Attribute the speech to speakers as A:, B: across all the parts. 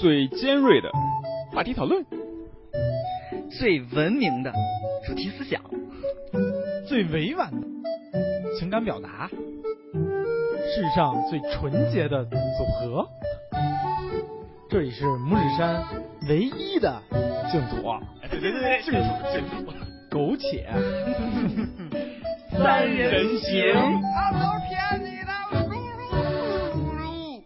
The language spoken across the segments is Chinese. A: 最尖锐的话题讨论，
B: 最文明的主题思想，
C: 最委婉的情感表达，世上最纯洁的组合。这里是拇指山唯一的净土，
A: 哎对对对，这个这个
C: 苟且。啊
B: 三人行。
D: 老头骗你的，我咕噜咕噜。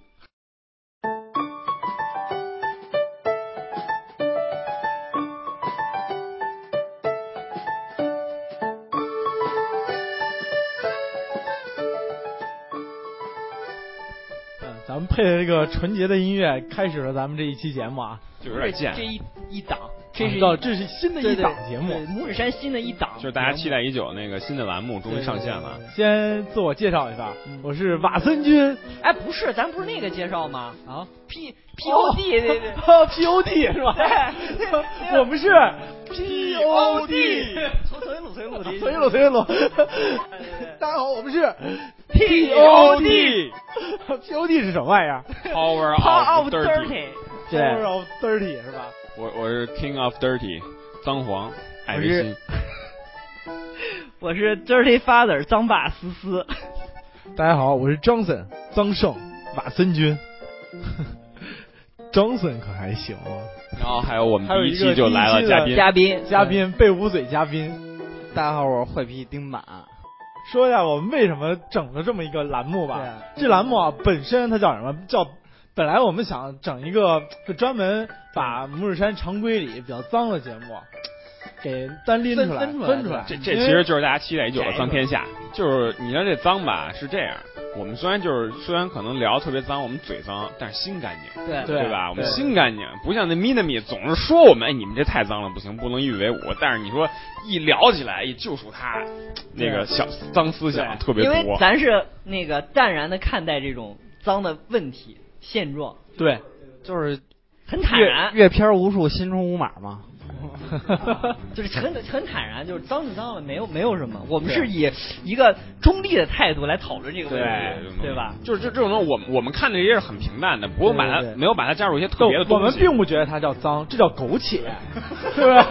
C: 嗯，咱们配的这个纯洁的音乐，开始了咱们这一期节目啊。
A: 就有点
B: 这
A: 贱，
B: 一一档，啊这是
C: 知道这是新的一档节目
B: 对，对对拇指山新的一档，
A: 就是大家期待已久那个新的栏目终于上线了。
C: 嗯先自我介绍一下，
B: 嗯
C: 我是瓦森君。
B: 哎，不是，咱不是那个介绍吗？
C: 啊
B: ，P P O D，对 对对
C: 哦 p O D 是吧？
B: 对
C: 我们是 P O D。
B: 重重新录，重新录，重
C: 随了随了
B: 啊对，
C: 大家好，我们是
B: P O
C: POD。POD 是什么玩意儿
A: Power
B: Power
A: of
B: of
A: Dirty，
B: Dirty，
A: 对
C: ？Power of Thirty 是吧？
A: 我我是 King of Dirty，脏黄，艾
B: 我
A: 维
B: 是
A: 新。
B: 我是 Dirty Father 脏爸思思，
C: 大家好，我是 Johnson 张胜瓦森君。Johnson 可还行啊，
A: 然后还有我们
C: 还有
A: 第
C: 一
A: 一
C: 个
A: 期就来了
C: 第一期的
A: 嘉宾，
B: 嘉宾
C: 嘉，宾被捂嘴嘉宾。
E: 大家好，我是坏皮丁满。
C: 说一下我们为什么整了这么一个栏目吧。
E: 对，
C: 这栏目啊，本身它叫什么？叫本来我们想整一个就专门把拇指山常规里比较脏的节目啊给单拎出来
E: 分分出来
C: 分出来。
A: 这这其实就是大家期待已久的脏天下。就是你看这脏吧，是这样。我们虽然就是虽然可能聊得特别脏，我们嘴脏，但是心干净，
B: 对
C: 对
A: 吧？我们
C: 对
A: 心干净，不像那 Minami 总是说我们，哎，你们这太脏了，不行，不能一与为伍。但是你说一聊起来，一就属他那个小脏思想特别
B: 因为
A: 多。
B: 咱是那个淡然的看待这种脏的问题现状，
C: 对，
E: 就是
B: 很坦
E: 阅
B: 然，
E: 阅片无数，心中无马嘛。
B: 就是很很坦然，就是脏是脏了，没有没有什么，我们
C: 对
B: 是以一个中立的态度来讨论这个问
A: 对
B: 题，对吧？？
A: 就是这这种东西，我们我们看的也是很平淡的，不用把它
C: 对对对
A: 没有把它加入一些特
C: 我
A: 别的
C: 我
A: 东
C: 们
A: 西。
C: 并不觉得它叫脏，这叫苟且， 是吧？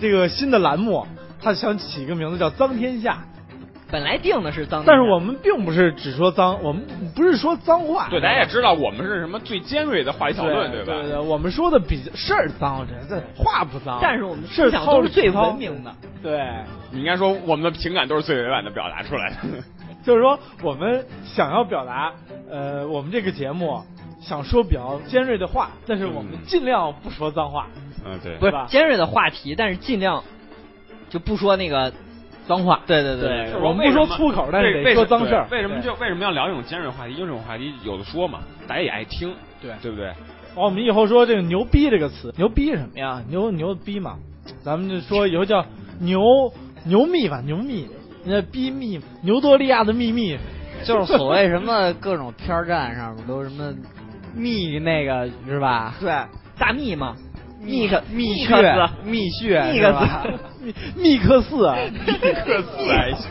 C: 这个新的栏目，它想起一个名字叫“脏天下
B: 本来定的是”，脏，
C: 但是我们并不是只说脏，我们不是说脏话。
A: 对，大家也知道我们是什么最尖锐的话题讨论，
C: 对
A: 吧？
C: 对对，我们说的比事儿脏，这这话不脏，
B: 但是我们的
C: 事儿
B: 思想都是
C: 操
B: 最文明的。
C: 对，
A: 你应该说我们的情感都是最委婉的表达出来的。
C: 就是说我们想要表达，呃，我们这个节目想说比较尖锐的话，但是我们
A: 嗯
C: 尽量不说脏话。
A: 嗯，对
B: 不是
C: 吧
B: 尖锐的话题，但是尽量就不说那个脏话。对对
C: 对
B: 对，
C: 就是我们不说粗口但是得
A: 为为
C: 说脏事儿
A: 为什么
C: 对
A: 就为什么要聊这种尖锐话题？因为这种话题有的说嘛，大家也爱听，
C: 对
A: 对不 对？
C: 哦，我们以后说这个“牛逼”这个词，牛逼什么呀？牛牛逼嘛，咱们就说以后叫牛牛蜜吧，牛蜜，那逼蜜，牛多利亚的秘密，
E: 就是所 谓什么各种片儿站上面都什么蜜那个是吧？
B: 对大蜜嘛，Nick
E: 蜜
B: Nick
E: 穴
B: 字，
E: 蜜穴
B: 密
E: 是吧？
C: 密密克四啊，
A: 各自 爱情。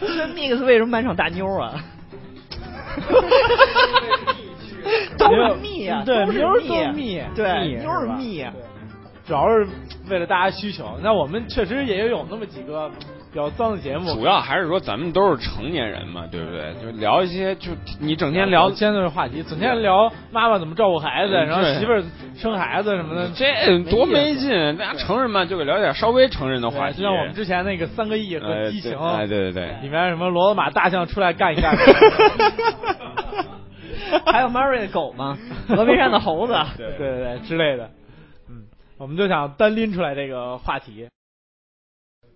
B: 这 Mix 为什么满场大妞 啊？都是蜜啊，
C: 对
B: 都是
C: 妞儿
B: 蜜啊
C: 都是蜜蜜
B: 对，
C: 是
B: 妞儿是
C: 吧
B: 蜜啊，
C: 主要是为了大家需求。那我们确实也有那么几个比较脏的节目，
A: 主要还是说咱们都是成年人嘛，对不对？就聊一些，就你整天聊
C: 尖锐的话题，整天聊妈妈怎么照顾孩子，
A: 对
C: 然后媳妇儿生孩子什么的，
A: 这嗯多没
C: 意思
A: 劲！大家成人嘛，就给聊点稍微成人的话
C: 对
A: 题。
C: 就像我们之前那个三个亿和
A: 哎
C: 激
A: 对
C: 情，
A: 哎，对对对，
C: 里面什么骡子马大象出来 干一干。
B: 还有 Mary 的狗嘛，峨眉山的猴子，
C: 对对对之类的，嗯，我们就想单拎出来这个话题，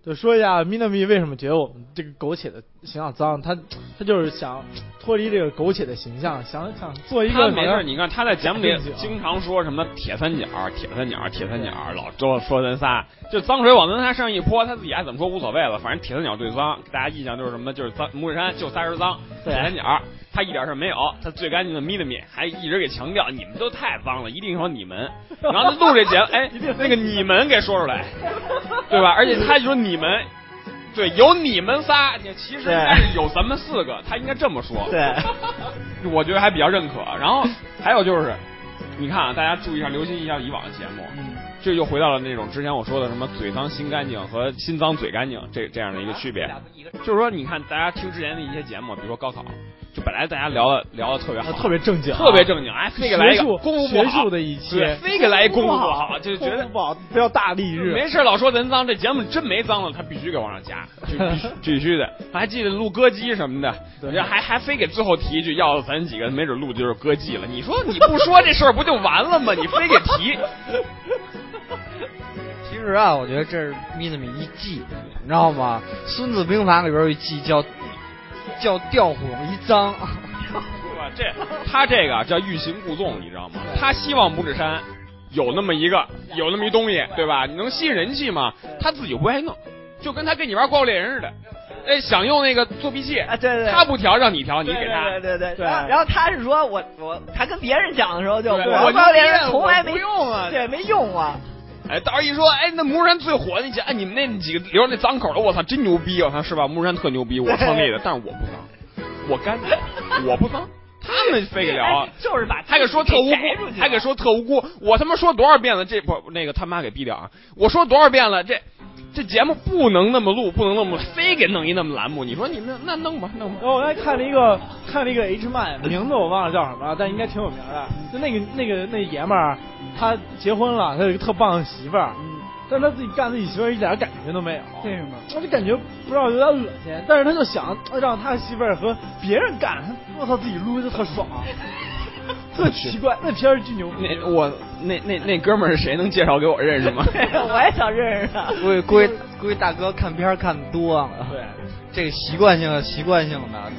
C: 就说一下 Minami 为什么觉得我们这个苟且的形象脏，他他就是想脱离这个苟且的形象，想想做一
A: 他
C: 个
A: 没事
C: 好
A: 儿，
C: 像
A: 你看他在节目里
C: 正经
A: 经常说什么铁三角、铁三角、铁三角，老说说咱仨，就脏水往咱仨身上一泼，他自己爱怎么说无所谓了，反正铁三角最脏，给大家印象就是什么，就是脏拇指山就仨人脏，铁
B: 对
A: 三角他一点事儿没有，他最干净的咪了咪，还一直给强调你们都太脏了，一定说你们，然后他录这节目，哎，那个你们给说出来，对吧？而且他就说你们。对，有你们仨，你其实
F: 对
A: 应该是有咱们四个，他应该这么说。
F: 对，
A: 我觉得还比较认可。然后还有就是，你看啊，大家注意一下，留心一下以往的节目，
C: 嗯
A: 这又回到了那种之前我说的什么嘴脏心干净和心脏嘴干净这这 样的一个区别。就是说，你看大家听之前的一些节目，比如说高考，就本来大家聊的聊的特别好，
C: 特别正经啊
A: 特别正经。哎，非给来一个
C: 学术
A: 功夫不好
C: 学术的一切
A: 对非给来一功夫不 好，就觉得
C: 不好，不要大力日。
A: 没事老说人脏，这节目真没脏了，他必须给往上加，就必 须必须的。还记得录歌姬什么的，
C: 对
A: 你这还还非给最后提一句，要咱几个没准录就是歌姬了。你说你不说这事儿不就完了吗？你非给 提，
F: 其实啊，我觉得这是米的米一计，你知道吗？《孙子兵法》里边有一计叫叫调虎离 臧，
B: 啊
A: 哇这他这个叫欲擒故纵，你知道吗？他希望拇指山有那么一个，有那么一东西，对吧？你能吸引人气吗？他自己不爱弄，就跟他跟你玩怪物猎人似的，哎，想用那个作弊器，
B: 啊，对对，
A: 他不调让你调，你
B: 对
A: 给他。
B: 对对对
C: 对
B: 然后然后他是说我我他跟别人讲的时候就
A: 对
B: 我
A: 我
B: 教别
A: 就
B: 人从来
A: 不
B: 没
A: 用啊
B: 对，没用过。
A: 哎，到时候一说，哎，那木山最火那几，哎，你们那几个留着那脏口的，我操，真牛逼，我操，是吧？木山特牛逼，我创立 的，但是我不脏，我干净，我不脏，他们非得聊
B: 哎，就是把
A: 啊还给说特无
B: 摘出
A: 辜，
B: 去啊
A: 还给说特无辜，我他妈说多少遍了，这不那个他妈给毙掉啊！我说多少遍了，这这节目不能那么录，不能那么录，非给弄一那么栏目，你说你们那弄吧，弄吧
C: 哦然。后我刚才看了一个看了一个 H man，名字我忘了叫什么了，但应该挺有名的。就那个那个那爷们儿，他结婚了，他有一个特棒的媳妇儿，但是他自己干自己媳妇儿一点感觉都没有。
B: 嗯为什么？
C: 我就感觉不知道有点恶心，但是他就想让他媳妇儿和别人干，他我操自己撸的特 爽，特奇怪。那片儿巨牛逼，
A: 那我那那那哥们儿是谁能介绍给我认识 吗？
B: 我也想认识他。
F: 估计估计估计大哥看片儿看多了，
C: 对，
F: 这个习惯性的习惯性的，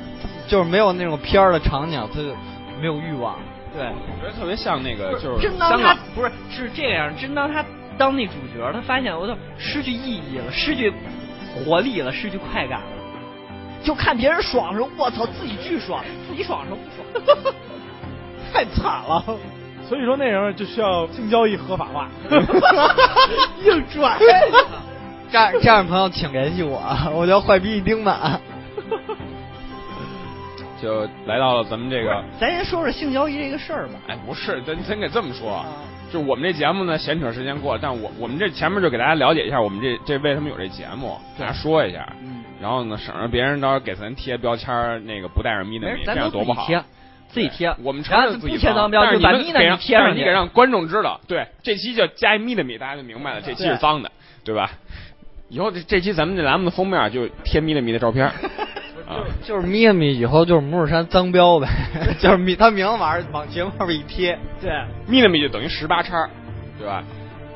F: 就是没有那种片儿的场景，他就没有欲望。对，
A: 我觉得特别像那个就是
B: 真当
A: 香
B: 他
A: 港。
B: 不是是这样，真当他当那主角，他发现我操，失去意义了，失去活力了，失去快感了。就看别人爽的时候，我操，自己巨爽；自己爽的时候不爽， 太 惨了。
C: 所以说那人儿就需要性交易合法化。
B: 硬拽，
F: 这样这样的朋友请联系我，我叫坏逼一丁 满。
A: 就来到了咱们这个，
B: 咱先说说性交易这个事儿吧。
A: 哎，不是，咱咱得这么说，啊
G: 嗯
A: 就我们这节目呢，闲扯时间过了，但我我们这前面就给大家了解一下，我们这这为什么有这节目，给大家说一下，
G: 嗯
A: 然后呢，省着别人到时候给咱贴标签儿那个不带上咪的
G: 没
A: 咪，
G: 事，
A: 这
G: 咱
A: 样
G: 都
A: 多
G: 自
A: 不
G: 己
A: 好。
G: 贴，自己贴，
A: 我们承
G: 然后
A: 认自己
G: 不贴脏
A: 脏，
G: 标
A: 但是
G: 就
A: 你
G: 把
A: 们
G: 咪呢
A: 给让
G: 你贴上
A: 但是
G: 去，
A: 你得让观众知道，对，这期叫加一咪的咪，大家就明白了，这期是脏的，对吧？以后这这期咱们这栏目的封面就贴咪的咪的照 片儿，啊，
F: 就是咪呀咪，以后就是母乳山脏标呗， 就是咪，他名字往上往节目上面一贴，
C: 对，
A: 咪了咪就等于十八叉儿，对吧？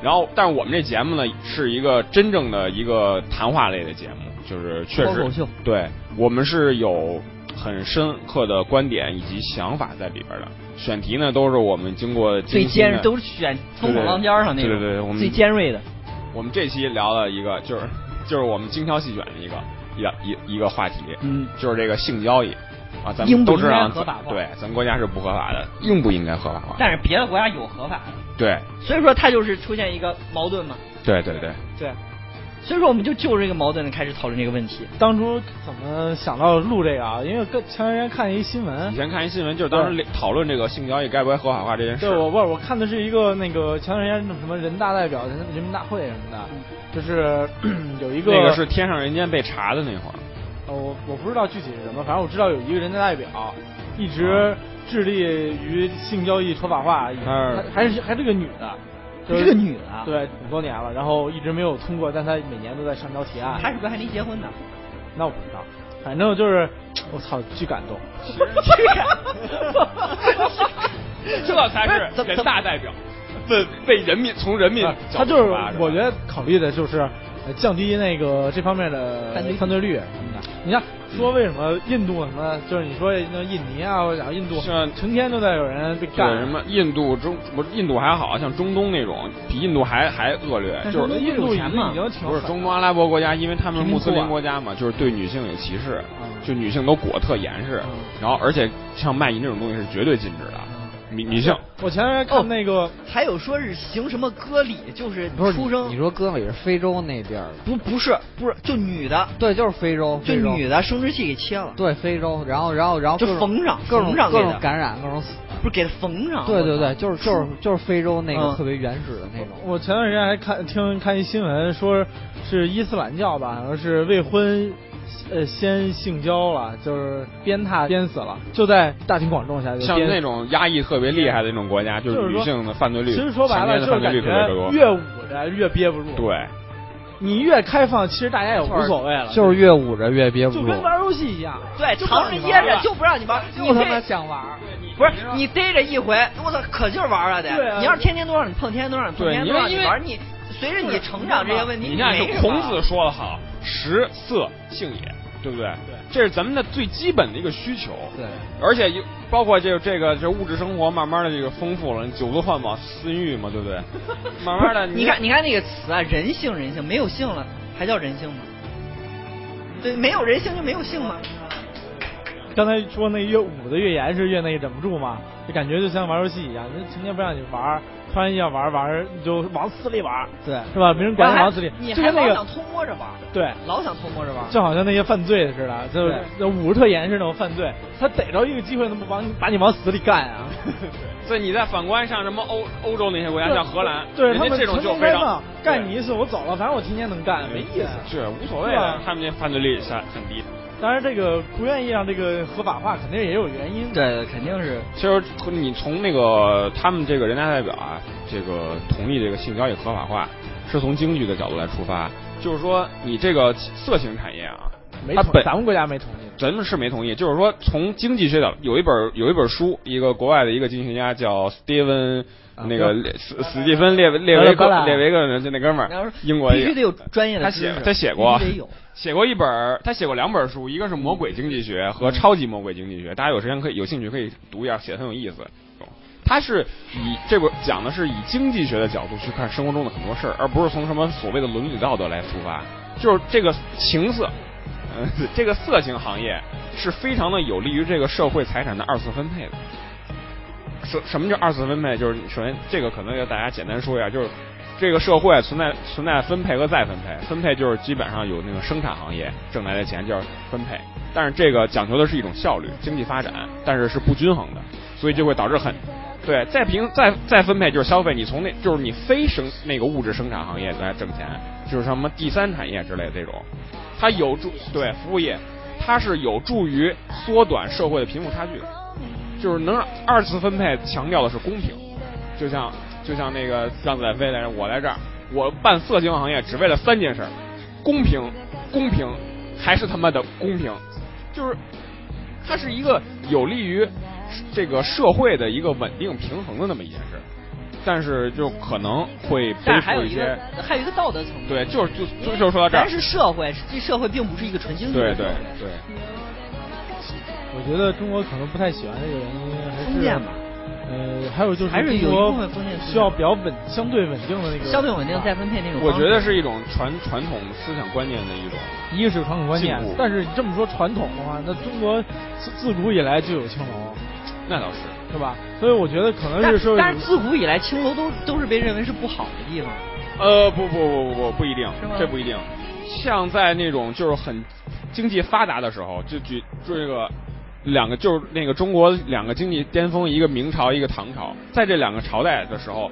A: 然后，但是我们这节目呢，是一个真正的一个谈话类的节目，就是确
G: 脱
A: 实
G: 口秀，
A: 对我们是有很深刻的观点以及想法在里边儿的。选题呢，都是我们经过
G: 最
A: 精心
G: 尖
A: 的
G: 锐都是选风口浪尖儿上那
A: 对
G: 种，
A: 对对我们
G: 最尖锐的。
A: 我们这期聊了一个，就是就是我们精挑细选的一个一一一个话题，
G: 嗯，
A: 就是这个性交易啊，咱
G: 应
A: 们
G: 不
A: 都知道
G: 应该合法化
A: 对，咱们国家是不合法的，应不应该合法
B: 啊
A: 化？
G: 但是别的国家有合法的，
A: 对
G: 所以说它就是出现一个矛盾嘛。
A: 对对对，
G: 对，所以说我们就就这个矛盾开始讨论这个问题。
C: 当初怎么想到录这个啊？因为跟前段时间看一新闻
A: 以，前看一新闻，就是当时讨论这个性交易该不该合法化这件事
C: 嗯对，。我不是我看的是一个那个前段时间什么人大代表、人人民大会什么的，就是 有一个
A: 那个是天上人间被查的那会 儿，
C: 呃我我不知道具体是什么，反正我知道有一个人大代表一直致力于性交易合法化，
A: 她是
C: 还还是还是个女的，就
G: 这个女的啊
C: 对，五多年了，然后一直没有通过，但她每年都在上交提案，
G: 他是啊不是还没结婚呢？
C: 那我不知道，反正就是我操，巨感 动。
A: 这才
C: 哎
A: 是人大代表，被被人民从人民
C: 啊
A: 角
C: 他
A: 度
C: 就是
A: 出发，
C: 我觉
A: 吧
C: 得考虑的就是呃降低那个这方面的
G: 犯罪率
C: 犯罪率什么的。你看，
A: 嗯
C: 说为什么印度什么，就是你说那印尼啊，或者讲印度
A: 像，
C: 成天都在有人被
A: 对
C: 干
A: 什么印度中不是印度还好像中东那种比印度还还恶劣，
G: 但
A: 就是
G: 中东
C: 印度
G: 有
C: 已
G: 钱
C: 经
G: 嘛
C: 已经挺
A: 不是
C: 狠
A: 中东阿拉伯国家，因为他们
C: 贫民
A: 穆斯
C: 窟啊
A: 林国家嘛，就是对女性有歧视
C: 嗯，
A: 就女性都裹得特严实
C: 嗯，
A: 然后而且像卖淫这种东西是绝对禁止的，
C: 嗯
A: 迷迷信。
C: 我前段时间
A: 哦
C: 看那个，
B: 还有说是行什么割礼，就是
F: 不是
B: 出
F: 你
B: 生
F: 你说哥们也是非洲那地儿的，
B: 不不是不是就女的，
F: 对，就是非洲，
B: 就
F: 非洲
B: 女的生殖器给切了，
F: 对非洲，然后然后然后
B: 就
F: 各种
B: 缝上
F: 各种
B: 缝上
F: 各
B: 给
F: 种
B: 的
F: 感染，各种死。
B: 不是给她缝上。
F: 对
B: 啊我操
F: 对对，就是就是就是非洲那个
B: 嗯
F: 特别原始的那种。
C: 我前段时间还看听看一新闻，说是伊斯兰教吧，好像是未婚，呃，先性交了，就是鞭挞鞭死了，就在大庭广众下就
A: 像
C: 鞭
A: 那种压抑特别厉害的那种国家，就
C: 就是是
A: 女
C: 说
A: 性的犯罪率，
C: 其实说白
A: 强
C: 了
A: 奸
C: 就
A: 的犯
C: 是
A: 罪率
C: 感
A: 特别多。
C: 觉越捂着越憋不住。，
A: 对，
C: 你越开放，其实大家也无所谓了，
F: 就是越捂着越憋不
C: 就
F: 住。
C: 跟玩游戏一样。
B: 对，
C: 就不
B: 藏
C: 让
B: 着
C: 你
B: 掖
C: 玩
B: 着
C: 了
B: 就不让你玩，你
F: 就他妈
B: 逮
F: 想玩儿，
B: 不是你逮着一回，我操，可劲儿玩了得。
C: 对啊
B: 你要是天天都让你碰，天天都让你碰，
A: 对
B: 天天
A: 因为
B: 都让你
A: 因为
B: 玩，你随着你成长这些问题，
A: 啊你看，
B: 没
A: 就
B: 什么
A: 孔子说的好，食色性也，对不对？
C: 对
A: 这是咱们的最基本的一个需求。
F: 对，
A: 而且有包括这个这个这物质生活慢慢的这个丰富了，你久坐饭饱思淫欲嘛，对不对？慢 慢的，
B: 你看，你看那个词啊，人性，人性，没有性了，还叫人性吗？对，没有人性就没有性吗？
C: 刚才说那越捂的越严是越那个忍不住嘛，就感觉就像玩游戏一样，人成天不让你玩，突然要玩玩你就往死里玩，
F: 对
C: 是吧？没人
B: 然
C: 管
B: 后
C: 你
B: 还
C: 往死里，
B: 你
C: 就
B: 还
C: 跟那
B: 老
C: 个
B: 想偷摸着玩，
C: 对，
B: 老想偷摸着玩。
C: 就好像那些犯罪似的，就是捂着特严是那种犯罪，他逮着一个机会，他不往把你往死里干 啊！
A: 所以你再反观像什么欧欧洲那些国家，像荷兰，
C: 对
A: 人
C: 他
A: 家
C: 们
A: 这种
C: 成
A: 就
C: 天
A: 非
C: 开
A: 常
C: 放，干你一次我走了，反正我天天能干，没意思。
A: 是无所谓啊
C: 是
A: 的
C: 吧，
A: 他们那犯罪率下很低的。
C: 当然，这个不愿意让这个合法化，肯定也有原因。
F: 对对，肯定是
A: 其实你从那个他们这个人大代表啊，这个同意这个性交易合法化，是从经济的角度来出发，就是说你这个色情产业啊，
C: 没
A: 它
C: 同
A: 本
C: 咱们国家没同意。
A: 咱们是没同意，就是说从经济学角，有一本有一本书，一个国外的一个经济学家叫 Steven
F: 啊
A: 那个列史史蒂芬列维列维克列维克人就那哥们
B: 然后
A: 儿
B: 说，
A: 英国一
B: 必
A: 个
B: 须得有专业的
A: 他
B: 知
A: 写
B: 识
A: 他写过
B: 必须得有
A: 写过一本儿，他写过两本书，一个是《魔鬼经济学》
B: 嗯
A: 和《超级魔鬼经济学》，大家有时间可以有兴趣可以读一下，写的很有意思。他是以这本讲的是以经济学的角度去看生活中的很多事儿，而不是从什么所谓的伦理道德来出发。就是这个情色，嗯、这个色情行业是非常的有利于这个社会财产的二次分配的。什什么叫二次分配？就是首先这个可能要大家简单说一下，就是这个社会存在存在分配和再分配，分配就是基本上有那个生产行业挣来的钱叫分配，但是这个讲求的是一种效率、经济发展，但是是不均衡的，所以就会导致很。对，再平再再分配就是消费，你从那就是你非生那个物质生产行业来挣钱，就是什么第三产业之类的这种，它有助对服务业，它是有助于缩短社会的贫富差距的。就是能让二次分配强调的是公平，就像就像那个让子弹飞来着，我来这儿，我办色情行业只为了三件事儿：公平、公平，还是他妈的公平，就是它是一个有利于这个社会的一个稳定平衡的那么一件事儿，但是就可能会
B: 但
A: 背
B: 是还
A: 负
B: 有一
A: 些
B: 个，还有一个道德层面。
A: 对，就是就就就说到这儿
B: 咱，是社会，这社会并不是一个纯经济
A: 对
B: 的
A: 对
B: 社会。
A: 对。
C: 我觉得中国可能不太喜欢这个原因，还是
B: 封建吧
C: 呃，还有就是
B: 还是有
C: 中
B: 一
C: 国
B: 部分封建思想
C: 需要比较稳、相对稳定的那个，啊
B: 相对稳定再分配那种方
A: 我
B: 式。
A: 觉得是一种传传统思想观念的一种，
C: 一个是有传统观念
A: 进步，
C: 但是你这么说传统的话，那中国自自古以来就有青楼，
A: 那倒是。
C: 是吧？所以我觉得可能
B: 但
C: 是说，
B: 但是自古以来，青楼都都是被认为是不好的地方。
A: 呃，不不不不不，不一定
B: 是吗，
A: 这不一定。像在那种就是很经济发达的时候，就举就这个两个就是那个中国两个经济巅峰，一个明朝，一个唐朝，在这两个朝代的时候，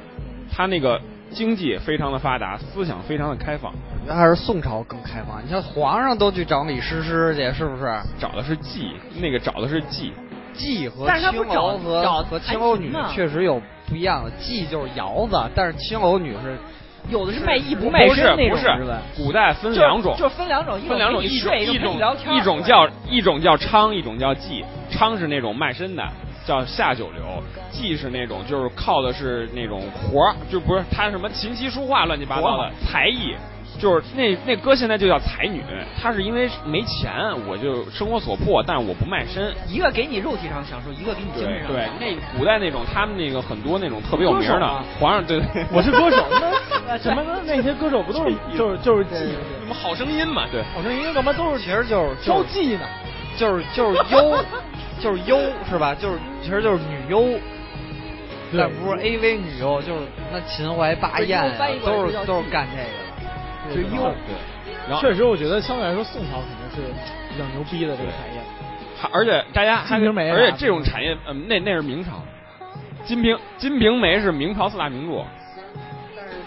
A: 它那个经济非常的发达，思想非常的开放，
F: 还是宋朝更开放。你像皇上都去找李师师去，是不是？
A: 找的是技，那个找的是技，
F: 妓和
B: 但是他不
F: 青楼
B: 找找
F: 和和
B: 弹
F: 青楼
B: 琴
F: 女
B: 呢
F: 确实有不一样的，妓就是窑子，但是青楼女是
B: 有的是卖艺
A: 不
B: 卖身
A: 是
B: 那
A: 不
B: 种，
A: 是
B: 吧？，
A: 古代分两种，
B: 就是分两种，一种
A: 分两种，
B: 是
A: 一
B: 易
A: 种
B: 睡，
A: 一
B: 一种
A: 种
B: 是聊天儿
A: 一种叫一种叫娼，一种叫妓。娼是那种卖身的，叫下九流；妓是那种就是靠的是那种活儿，就不是他什么琴棋书画乱七八糟的才艺。就是那那哥现在就叫才女，她是因为没钱，我就生活所迫，但是我不卖身。
B: 一个给你肉体上享受，一个给你精
A: 对
B: 神上
A: 对
B: 享，受。
A: 那古代那种他们那个很多那种特别有名
C: 歌手
A: 的
C: 啊
A: 皇上，对对，
C: 我是 歌手，那什么那些歌手不都是 就是就是妓，
A: 什么好声音嘛，对，
C: 好像音乐干嘛都是
F: 其实就是
C: 挑
F: 就是
C: 妓呢？
F: 就是就是优，就是优是吧？就是其实就是女优，
C: 对
F: 但不是 AV 女优，就是那秦淮八艳啊
G: 翻译，过来
F: 都
G: 就
F: 是
G: 叫
F: 都是
G: 妓
F: 干这个的，
C: 对
F: 就优。
A: 然后
C: 确实，我觉得相对来说宋朝肯定是比较牛逼的这个产业。
A: 还而且大家还
C: 金瓶梅啊
A: 而且这种产业，嗯，那那是明朝，《金瓶》《金瓶梅》是明朝四大名著啊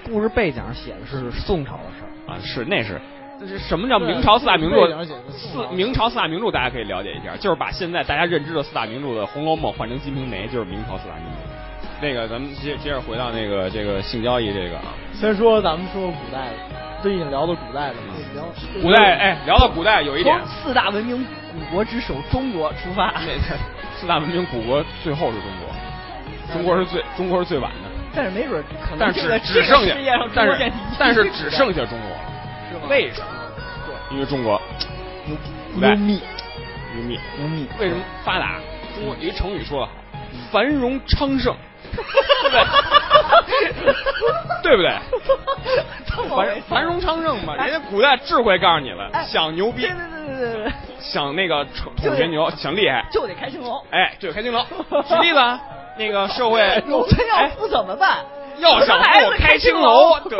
F: 故事背景写的是宋朝的事儿，
A: 啊，是那是。那是什么叫
C: 对
A: 明朝四大名
C: 这
A: 著
C: 个背景写的？宋
A: 四
C: 朝
A: 明朝四大名著，大家可以了解一下，就是把现在大家认知的四大名著的《红楼梦》换成《金瓶梅》，就是明朝四大名著。那个，咱们接接着回到那个这个性交易这个啊，
C: 先说咱们说古代的，最近聊的古代的
B: 嗯
C: 嘛，聊
A: 古代哎，聊到古代有一点
B: 从，四大文明古国之首中国出发，
A: 那那四大文明古国最后是中国，中国是最中国是最晚的，
B: 但是没准可能
A: 但是
B: 这个
A: 只只
B: 这个
A: 剩下
B: 世界上，中
A: 但
B: 国占
A: 是
B: 第一
A: 但 是只剩下中国了，
B: 是吧
A: 为什么？因为中国古代
F: 幽密
A: 牛逼，嗯
F: 幽密，
A: 为什么发达？中国有一成语说的好，繁荣昌盛，对不对？对不对？
B: 这么回
A: 繁
B: 事
A: 繁荣昌盛嘛，人家古代智慧告诉你了，
B: 哎
A: 想牛逼
B: 对，对对对对对，
A: 想那 个宠捅全牛，想厉害，
B: 就得开青龙。
A: 哎，对，开金 楼。举例子啊，那个社会，
B: 我们要
A: 哎
B: 富怎么办？
A: 要想
B: 孩
A: 富
B: 子
A: 开青
B: 楼
A: 楼， 对。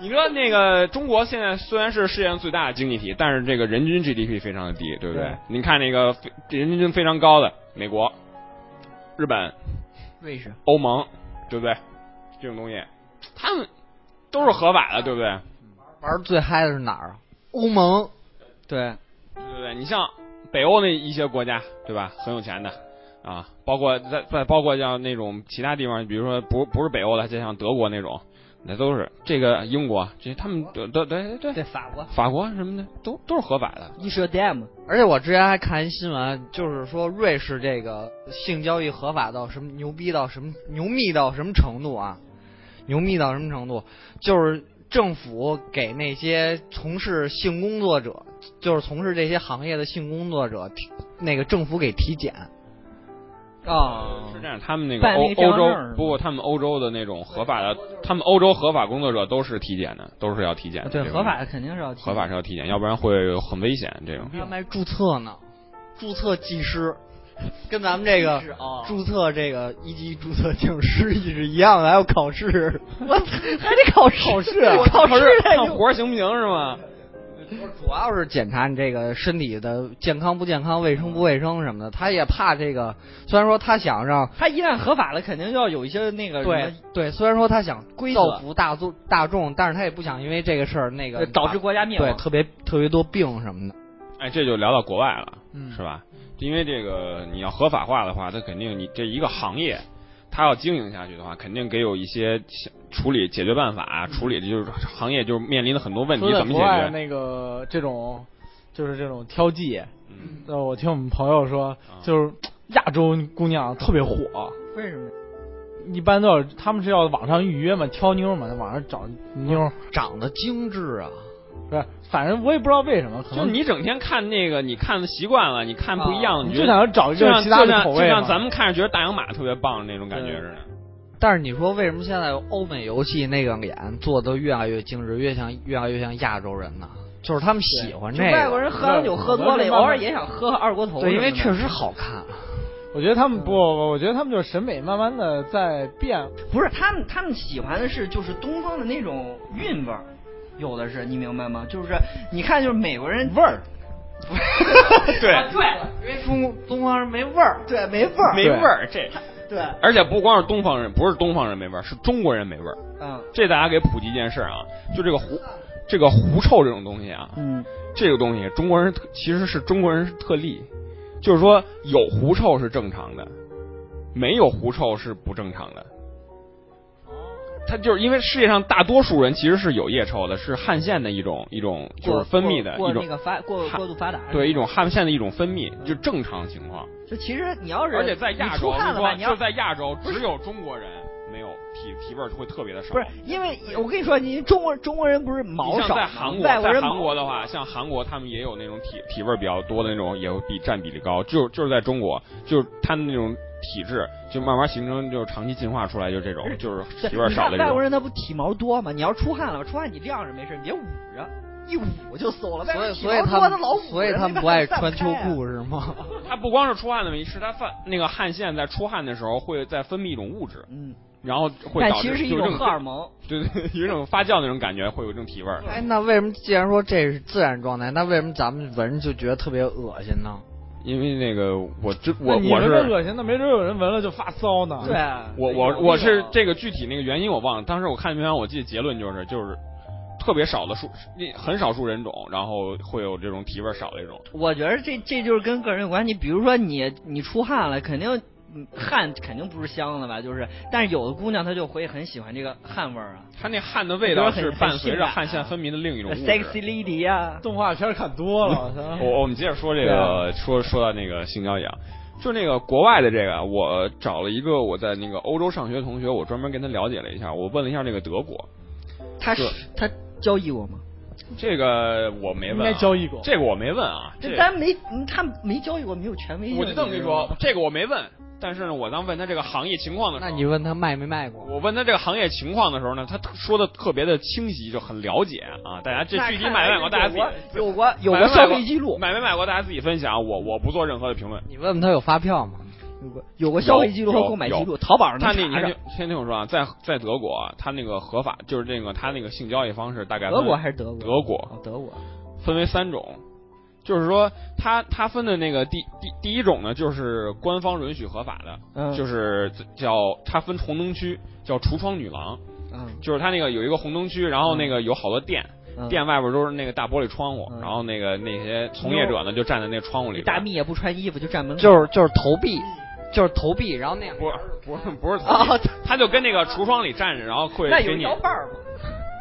A: 你说那个中国现在虽然是世界上最大的经济体，但是这个人均 GDP 非常的低，对不对？
C: 对
A: 你看那个非人均非常高的美国、日本、
F: 为什么？
A: 欧盟，对不对？这种东西，他们都是合法的，对不对？
F: 玩儿最嗨的是哪儿啊？欧盟，对，
A: 对不对？你像北欧那一些国家，对吧？很有钱的啊，包括再再包括像那种其他地方，比如说不不是北欧的，就像德国那种，那都是这个英国，这他们都都对对
F: 对法国。
A: 法国什么的都都是合法的。
G: 一说 dam，
F: 而且我之前还看一新闻，就是说瑞士这个性交易合法到什么牛逼到什么牛密到什么程度啊？牛密到什么程度？就是政府给那些从事性工作者，就是从事这些行业的性工作者，体那个政府给体检。
B: 哦
G: 啊
A: 是这样，他们那个
G: 办
A: 欧
G: 那个健
A: 欧
G: 康证是
A: 洲
G: 吗，
A: 不过他们欧洲的那种合法的，他们欧洲合法工作者都是体检的，都是要体检的。
G: 对
A: 这，个
G: 合法的嗯肯定是要提
A: 合法是要体检，要不然会很危险。这种
F: 他们还注册呢，注册技师，跟咱们这个
B: 是哦
F: 注册这个一级注册 警师是一样的，还要考试。
B: 还得考试，考试
F: 啊
B: 考
A: 考
B: 试
A: 试
B: 还
A: 看
B: 用
A: 活儿行不行是吗？
F: 主要是检查你这个身体的健康不健康、卫生不卫生什么的。他也怕这个，虽然说他想让
G: 他一旦合法了，肯定要有一些那个什
F: 对
G: 么
F: 对，虽然说他想
G: 规则
F: 造福大众大众，但是他也不想因为这个事儿那
B: 呃
F: 个
G: 导致国家灭
F: 对
G: 亡。
F: 特别特别多病什么的。
A: 哎，这就聊到国外了，
F: 嗯
A: 是吧？因为这个你要合法化的话，它肯定你这一个行业，它要经营下去的话，肯定给有一些处理解决办法，啊处理的就是行业就是面临的很多问题
C: 说在
A: 怎么
C: 国
A: 解
C: 外
A: 决？
C: 啊那个这种就是这种挑妓，
A: 嗯，
C: 呃，我听我们朋友说，
A: 啊
C: 就是亚洲姑娘特别火，
G: 为什么？
C: 一般都要他们是要网上预约嘛，挑妞嘛，网上找妞，
A: 嗯
F: 长得精致啊，
C: 不是，反正我也不知道为什么，可
A: 就
C: 能
A: 你整天看那个，你看的习惯了，你看不一样，
C: 你
A: 你
C: 就
A: 觉
C: 想
A: 得
C: 要找一
A: 就
C: 个
A: 像就
C: 其
A: 像
C: 他的口味
A: 就像
C: 嘛
A: 咱们看着觉得大洋马特别棒那种感觉似的。
F: 但是你说为什么现在欧美游戏那个脸做的越来越精致，越像越来越像亚洲人呢？就是他们喜欢
B: 就
F: 这
B: 外国
F: 个，
B: 人喝完酒喝多了，
C: 对
B: 偶尔也想喝二锅头什么的。
F: 对，因为确实好看。啊
C: 我觉得他们不，
A: 嗯
C: 我觉得他们就是审美慢慢的在变，
B: 不是他们，他们喜欢的是就是东方的那种韵味儿，有的是你明白吗？就是你看，就是美国人味 儿，
A: 对
B: 啊对
F: 因为中东方人没味儿，
B: 对，没味儿，
A: 没味儿，这
B: 对，
A: 而且不光是东方人，不是东方人没味儿，是中国人没味儿。
B: 嗯
A: 这大家给普及一件事儿啊，就这个狐，这个狐臭这种东西啊，
B: 嗯，
A: 这个东西中国人特其实是中国人是特例，就是说有狐臭是正常的，没有狐臭是不正常的。
B: 哦
A: 它就是因为世界上大多数人其实是有腋臭的，是汗腺的一种一种就是分泌的
G: 过过
A: 一种
G: 那个发过
A: 哈
G: 过度发达。
A: 对一种汗腺的一种分泌，就正常情况。
B: 就其实你要是
A: 而且在亚洲，
B: 你出汗了吧，
A: 你
B: 你
A: 说就
B: 要
A: 在亚洲，只有中国人没有体体味儿会特别的少。
B: 不是因为我跟你说，你中国中国人不是
A: 你
B: 毛
A: 像
B: 少
A: 在
B: 吗，
A: 韩国，
B: 外国
A: 在
B: 人
A: 韩
B: 毛
A: 国的话，像韩国他们也有那种体体味儿比较多的那种，也会比占比例高。就就是在中国，就是他们那种体质，就慢慢形成，就是长期进化出来，就是这种，就是
B: 对
A: 体味儿
B: 你
A: 少
B: 看
A: 的这
B: 外国
A: 种。
B: 人他不体毛多吗？你要出汗了吧，出汗你晾着没事，你别捂着。一捂就馊了。但
F: 所
B: 是
F: 以
B: 体
F: 所以
B: 毛
F: 他
B: 多的
F: 们
B: 老虎，
F: 所以他们不啊爱穿秋
B: 啊
F: 裤是吗？
A: 它不光是出汗的问题，是它发那个汗腺在出汗的时候会在分泌一种物质，
B: 嗯，
A: 然后会
B: 但
A: 导
B: 其
A: 致
B: 实是一
A: 就是这
B: 种
A: 种
B: 荷尔蒙。
A: 对对，有一种发酵那种感觉，会有一种体味儿。
F: 哎，那为什么既然说这是自然状态，那为什么咱们闻着就觉得特别恶心呢？
A: 因为那个我这
C: 那
A: 我
C: 你
A: 我
C: 闻着
A: 是
C: 恶心，那没准有人闻了就发骚呢。
B: 对，，
A: 啊我
B: 有啊
A: 我
B: 那
A: 我是
B: 种
A: 这个具体那个原因我忘了，当时我看那篇我记得结论就是就是特别少的数，那很少数人种，然后会有这种体味儿少的一种。
B: 我觉得这这就是跟个人有关系。比如说你你出汗了，肯定嗯汗肯定不是香的吧？就是，但是有的姑娘她就会很喜欢这个汗味儿啊
A: 它那汗的味道
B: 就是
A: 是
B: 很很
A: 伴随
B: 性
A: 着
B: 感啊
A: 汗腺分泌的另一种物质。
B: ，sexy lady 啊，
C: 动画片看多了，我操
A: 我我们接着说这个，说说到那个性交易啊，就那个国外的这个，啊我找了一个我在那个欧洲上学的同学，我专门跟他了解了一下，我问了一下这个德国，
B: 她是她交易我吗？
A: 这个我没问、啊，
C: 应该交易过
A: 这个我没问啊，这
B: 这咱没嗯她没交易过，没有权威性。
A: 我就这么跟你
B: 哎
A: 说，这个我没问，但是呢，我当问他这个行业情况的时候，
F: 那你问他卖没卖过？
A: 我问他这个行业情况的时候呢，他特说的特别的清晰，就很了解啊，大家这
B: 那
A: 具体
B: 看
A: 买没
B: 来
A: 买过，大家自己
B: 有过有过
A: 买
B: 有过
A: 没买
B: 消费记录
A: 买没买过大家自己分享，我我不做任何的评论。
F: 你问问他有发票吗？
B: 有过有过消费记录和
A: 有
B: 购买
A: 有
B: 记录，淘宝上
A: 他
B: 能
A: 那，你
B: 查
A: 先
B: 着
A: 听。先听我说啊，在在德国啊，他那个合法就是那个他那个性交易方式大概分
B: 德国还是德国？
A: 德国
B: 哦，德国。
A: 分为三种，就是说他他分的那个第第第一种呢，就是官方允许合法的，
B: 嗯
A: 就是叫它分红灯区，叫橱窗女郎，
B: 嗯
A: 就是它那个有一个红灯区，然后那个有好多店。
B: 嗯
A: 店外边都是那个大玻璃窗户，
B: 嗯
A: 然后那个那些从业者呢就站在那窗户里边。
B: 大蜜也不穿衣服就站门口，
F: 就是就是投币，就是投币，然后那样
A: 不是不是不是
B: 啊
A: 他他就跟那个橱窗里站着，然后会
B: 那
A: 给
B: 有
A: 你
B: 摇把儿吗？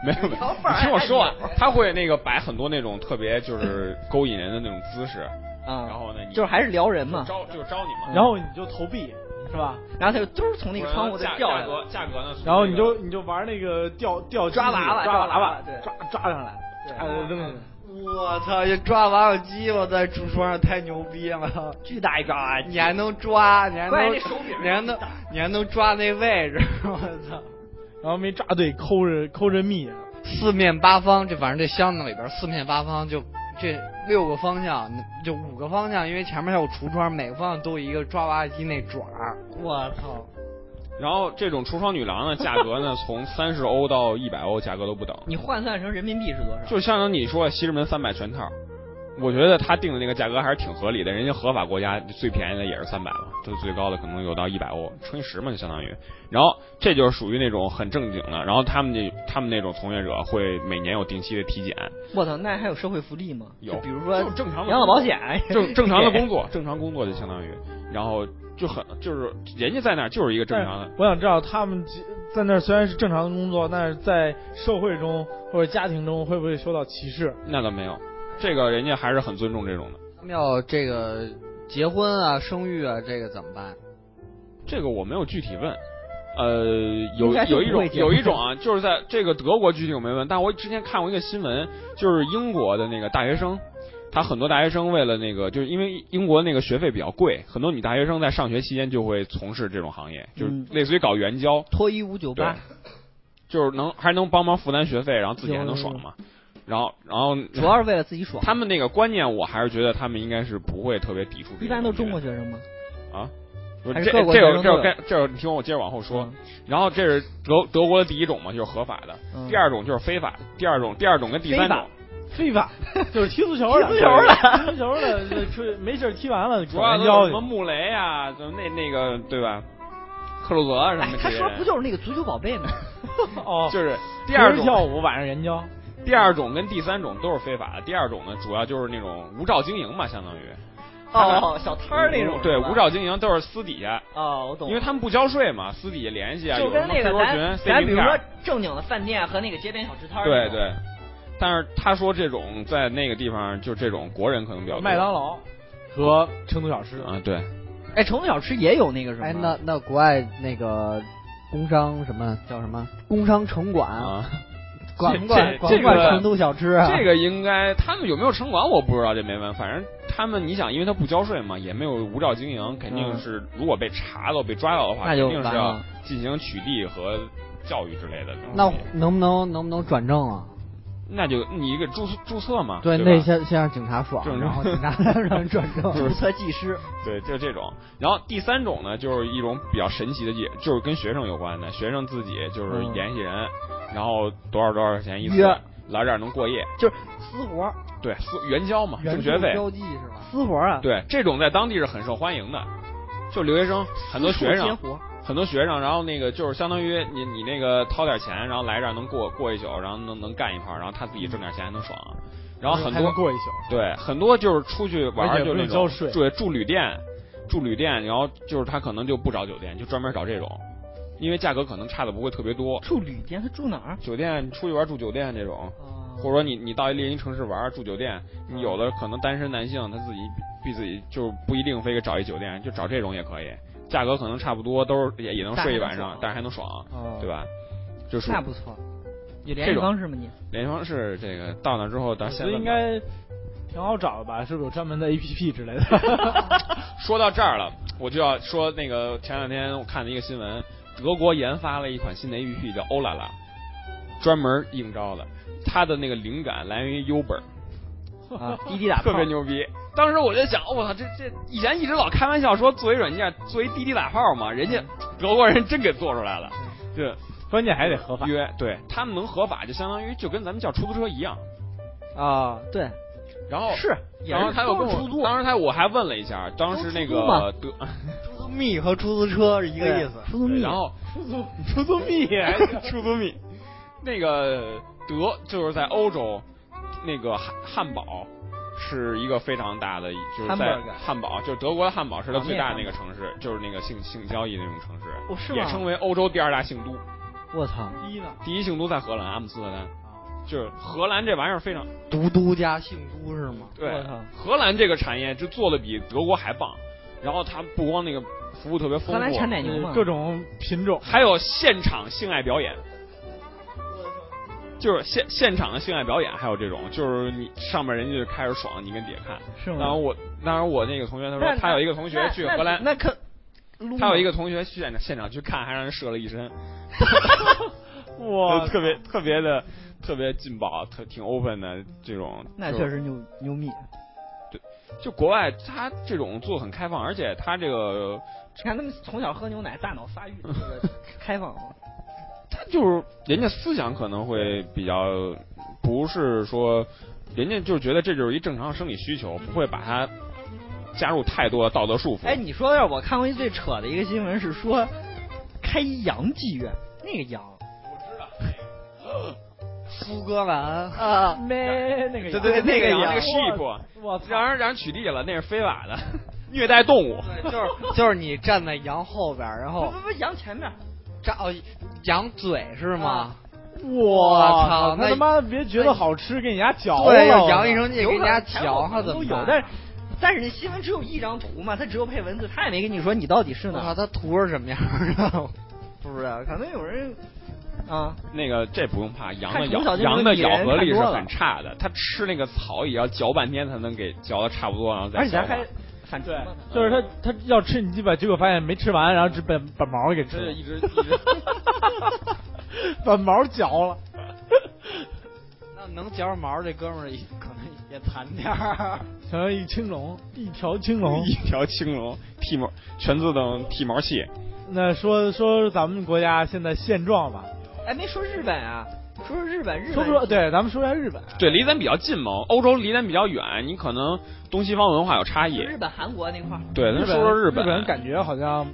A: 没有没有，
B: 摇摆
A: 你听我说完，啊他会那个摆很多那种特别就是勾引人的那种姿势，
B: 啊，
A: 然后呢你
B: 就是还是撩人嘛，
A: 招就是招你嘛。
C: 然后你就投币是吧？
B: 然后他就嘟儿从那个窗户
A: 价
B: 再掉
A: 价
B: 下来
A: 格，价格呢？
C: 然后你就你就玩那个钓钓
B: 抓
C: 鸡
B: 娃娃
C: 抓
B: 抓
C: 娃娃
B: 娃娃，对
C: 抓抓上来，抓扔上去。
F: 我操！这抓娃娃机，我在橱窗上太牛逼了！
B: 巨大一抓啊，
F: 你还能抓，你还
B: 关
F: 能，
B: 键这手柄
F: 你还能，你还能抓那位置， 我操！
C: 然后没抓对，抠着抠着蜜，
F: 四面八方，这反正这箱子里边四面八方就这六个方向，就五个方向，因为前面还有橱窗，每个方向都有一个抓娃娃机那爪儿。
B: 我操！
A: 然后这种橱窗女郎呢，价格呢从三十欧到一百欧，价格都不等。
B: 你换算成人民币是多少？
A: 就相当于你说的西直门三百全套，我觉得他定的那个价格还是挺合理的，人家合法国家最便宜的也是三百嘛，就最高的可能有到一百欧，乘以十嘛就相当于。然后这就是属于那种很正经的，然后他们那他们那种从业者会每年有定期的体检，
B: 我操，那还有社会福利吗？
A: 有
B: 就比如说
A: 就正常的
B: 养老保险，啊
A: 正正常的工作，正常工作就相当于，然后就很就是人家在那儿就是一个正常的。
C: 我想知道他们在那儿虽然是正常的工作，但是在社会中或者家庭中会不会受到歧视？
A: 那倒没有，这个人家还是很尊重这种的。
F: 他们要这个结婚啊、生育啊，这个怎么办？
A: 这个我没有具体问。呃，有
B: 应该是
A: 有一
B: 不
A: 种
B: 会结
A: 有
B: 婚
A: 一种啊，就是在这个德国具体我没问，但我之前看过一个新闻，就是英国的那个大学生，他很多大学生为了那个，就是因为英国那个学费比较贵，很多女大学生在上学期间就会从事这种行业，就是
B: 嗯
A: 类似于搞援交，
B: 脱衣舞酒吧，
A: 就是能还能帮忙负担学费，然后自己还能爽嘛。然后，然后
B: 主要是为了自己爽。
A: 他们那个观念，我还是觉得他们应该是不会特别抵触这种东西的。
B: 一般都是中国学生吗？
A: 啊，不
B: 还
A: 是
B: 是
A: 这
B: 各
A: 这
B: 国学
A: 有
B: 生
A: 这有
B: 都有
A: 该这有，你听我接着往后说。
B: 嗯
A: 然后这是德德国的第一种嘛，就是合法的；
B: 嗯
A: 第二种就是非法；第二种第二种跟第三
B: 非
A: 种
B: 法，
C: 非法， 就是踢足球的，
B: 踢足球的
C: 踢足球的，这出去没事儿踢完了
A: 主
C: 搞
A: 要都是
C: 援交
A: 什么
C: 去。
A: 穆雷啊，什么那那个对吧？克鲁泽啊什
B: 哎
A: 么，
B: 他
A: 这些
B: 说
A: 人
B: 不就是那个足球 宝贝吗？
C: 哦，
A: 就是第
C: 平
A: 二
C: 时跳
A: 种，
C: 舞，晚上援交。
A: 第二种跟第三种都是非法的。第二种呢，主要就是那种无照经营嘛，相当于
B: 哦，小摊儿那种。
A: 对，
B: 是吧
A: 无照经营都是私底下，
B: 哦，我懂了。
A: 因为他们不交税嘛，私底下联系啊，
B: 就
A: 有什么
B: 跟那
A: 黑
B: 个
A: 罗
B: 咱
A: 群、飞
B: 咱比
A: 饼
B: 如
A: 干
B: 说
A: 儿
B: 正经的饭店和那个街边小吃摊儿那
A: 对
B: 种，
A: 对，但是他说这种在那个地方，就这种国人可能比较多。
C: 麦当劳和成都小吃，
A: 啊，对，
B: 哎，成都小吃也有那个什么？
F: 哎，那那国外那个工商什么叫什么工商城管，
A: 啊，
F: 管不管
A: 这
F: 管不管
A: 这个
F: 成都小吃啊？
A: 这个应该他们有没有城管我不知道，这没问，反正他们你想，因为他不交税嘛，也没有无照经营，肯定是
F: 嗯
A: 如果被查到被抓到的话，
B: 那
A: 肯
B: 就
A: 定
B: 完
A: 是要
B: 了
A: 进行取缔和教育之类的东西。
F: 那能不能能不能转正啊？
A: 那就你给注注册嘛，
F: 对，
A: 对吧
F: 那先先让警察爽，
A: 正
F: 然
A: 常
F: 后警察让人转正，
A: 注册
F: 技师。
A: 对，就这种。然后第三种呢，就是一种比较神奇的技，就是跟学生有关的，学生自己就是
F: 嗯
A: 联系人，然后多少多少钱一次
F: 约
A: 来这儿能过夜，
F: 就是私活儿，
A: 对，私援交嘛，
F: 援
A: 挣
F: 助
A: 学费，
F: 标记是吧？
B: 私活啊，
A: 对，这种在当地是很受欢迎的，就留学生很多学
B: 接
A: 生
B: 活，
A: 很多学生，然后那个就是相当于你你那个掏点钱，然后来这儿能过过一宿，然后能能干一炮，然后他自己挣点钱还能爽，然后很
C: 嗯还
A: 多
C: 能过一宿。
A: 对，很多就是出去玩
C: 而
A: 儿
C: 且
A: 就
C: 不
A: 那
C: 用
A: 种
C: 交税
A: 对住旅店，住旅店，然后就是他可能就不找酒店，就专门找这种，因为价格可能差的不会特别多。
B: 住旅店，他住哪儿？
A: 酒店出去玩儿住酒店这种，
B: 哦
A: 或者说你你到一另一城市玩儿住酒店，你有的可能单身男性他自己逼自己就不一定非得找一酒店，就找这种也可以，价格可能差不多，都是也也能
B: 但
A: 睡一
B: 还能
A: 晚上
B: 爽，
A: 但是还能爽，
F: 哦
A: 对吧？就是
B: 那不错，有联
A: 这
B: 系
A: 种
B: 方式 吗你？
A: 联系方式这个到那之后到
C: 我
A: 现
C: 觉
A: 在
C: 啊得应该挺好找的吧？是不是有专门的 APP 之类 的？
A: 说到这儿了，我就要说那个前两天我看了一个新闻，德国研发了一款新的 APP 叫欧啦啦，专门应招的，它的那个灵感来源于 Uber，
B: 啊，滴滴打炮
A: 特别牛逼。当时我就想，我操，这这以前一直老开玩笑说作为软件作为滴滴打炮嘛，人家德国人真给做出来了， 对，
C: 关键还得合法。
A: 约对他们能合法，就相当于就跟咱们叫出租车一样。
F: 啊，
B: 对，
A: 然后
B: 是也
A: 然后
B: 是
A: 他又跟
B: 都是出租
A: 我，当时他我还问了一下，当时那
F: 都出租嘛
A: 个德。
F: 出租密和出租车是一个意思。
B: 出租
A: 对
B: 密
A: 然后出租出租蜜，出租 蜜，那个德就是在欧洲，那个汉汉堡是一个非常大的，就是在
B: Hamburger
A: 汉堡，就是德国的汉堡是它
B: 啊
A: 最
B: 面
A: 大的
B: 汉
A: 那个城市，就是那个性性交易那种城市，
B: 哦是
A: 也
B: 吗
A: 称为欧洲第二大性都，
F: 我操，
C: 第一呢，
A: 第一性都在荷兰阿姆斯特丹。就是荷兰这玩意儿非常
F: 独都加姓都是吗？
A: 对
B: 我操，
A: 荷兰这个产业就做的比德国还棒，然后它不光那个服务特别丰富，
B: 荷兰产奶牛嘛，
C: 各种品种。
A: 还有现场性爱表演，就是现现场的性爱表演，还有这种，就是你上面人家就开始爽，你跟底下看。
B: 是
A: 当然
B: 吗？
A: 我，当然我那个同学他
B: 那
A: 说他有一个同学
B: 那
A: 去
B: 那
A: 荷兰，
B: 那可
A: 他有一个同学去现场现场去看，还让人射了一 身，
C: 哇，
A: 特别特别的特别劲爆，特挺 open 的这种。
B: 那
A: 就
B: 确实牛牛逼。
A: 就国外他这种做得很开放，而且他这个
B: 你看他们从小喝牛奶，大脑 发育这个开放啊嘛，
A: 他就是人家思想可能会比较，不是说人家就觉得这就是一正常生理需求，不会把它加入太多的道德束缚。
B: 哎，你说这儿我看过一最扯的一个新闻是说，开一洋妓院，那个洋
F: 苏格兰
B: 啊，
C: 没那个
F: 对
C: 羊，
F: 对
A: 那
F: 那个
A: 羊
F: 羊
A: 那个 sheep，
C: 我操，
A: 让人让人取缔了，那是非法的， 虐待动物。
F: 对，就是就是你站在羊后边儿，然
B: 不
A: 哦
F: 后
B: 不不，羊前面，
F: 站哦，羊嘴是吗？
C: 啊我
F: 操
C: 他
F: 那
C: 他妈别觉得好吃，给你家嚼了。
F: 对，
C: 我操
F: 羊一生气给人家嚼，他
B: 它
F: 怎
B: 都
F: 么
B: 有
F: 办，
B: 但是但是那新闻只有一张图嘛，它只有配文字，他也没跟你说你到底是
F: 我
B: 哪
A: 啊
F: 靠，
B: 儿，
F: 他图是什么样儿？
B: 不知道，可能有人啊，
A: 那个这不用怕，羊的
B: 看从
A: 咬
B: 小就
A: 羊的咬合力是
B: 看多了
A: 很差的，它吃那个草也要嚼半天才能给嚼的差不多，然后再
B: 而且
A: 消
B: 咱
A: 化
B: 还。反
C: 对
B: 转嘛，，
C: 就是他他要吃你鸡巴，结果发现没吃完，然后只把把毛给吃
A: 真
C: 了
A: 的，一 直一直。
C: 把毛嚼了。
F: 那能嚼毛这哥们儿可能也惨点儿。
C: 想要一青龙，一条青龙
A: 一条青龙剃毛，全自动剃毛器。
C: 那说说咱们国家现在现状吧，
B: 哎，没说日本啊，说说日本，日本
C: 说不说？对，咱们说一下日本。啊
A: 对，离咱比较近嘛，欧洲离咱比较远，你可能东西方文化有差异。
B: 日本、韩国那块儿，
A: 对，咱
C: 日本
A: 说说
C: 日
A: 本，
C: 感觉好像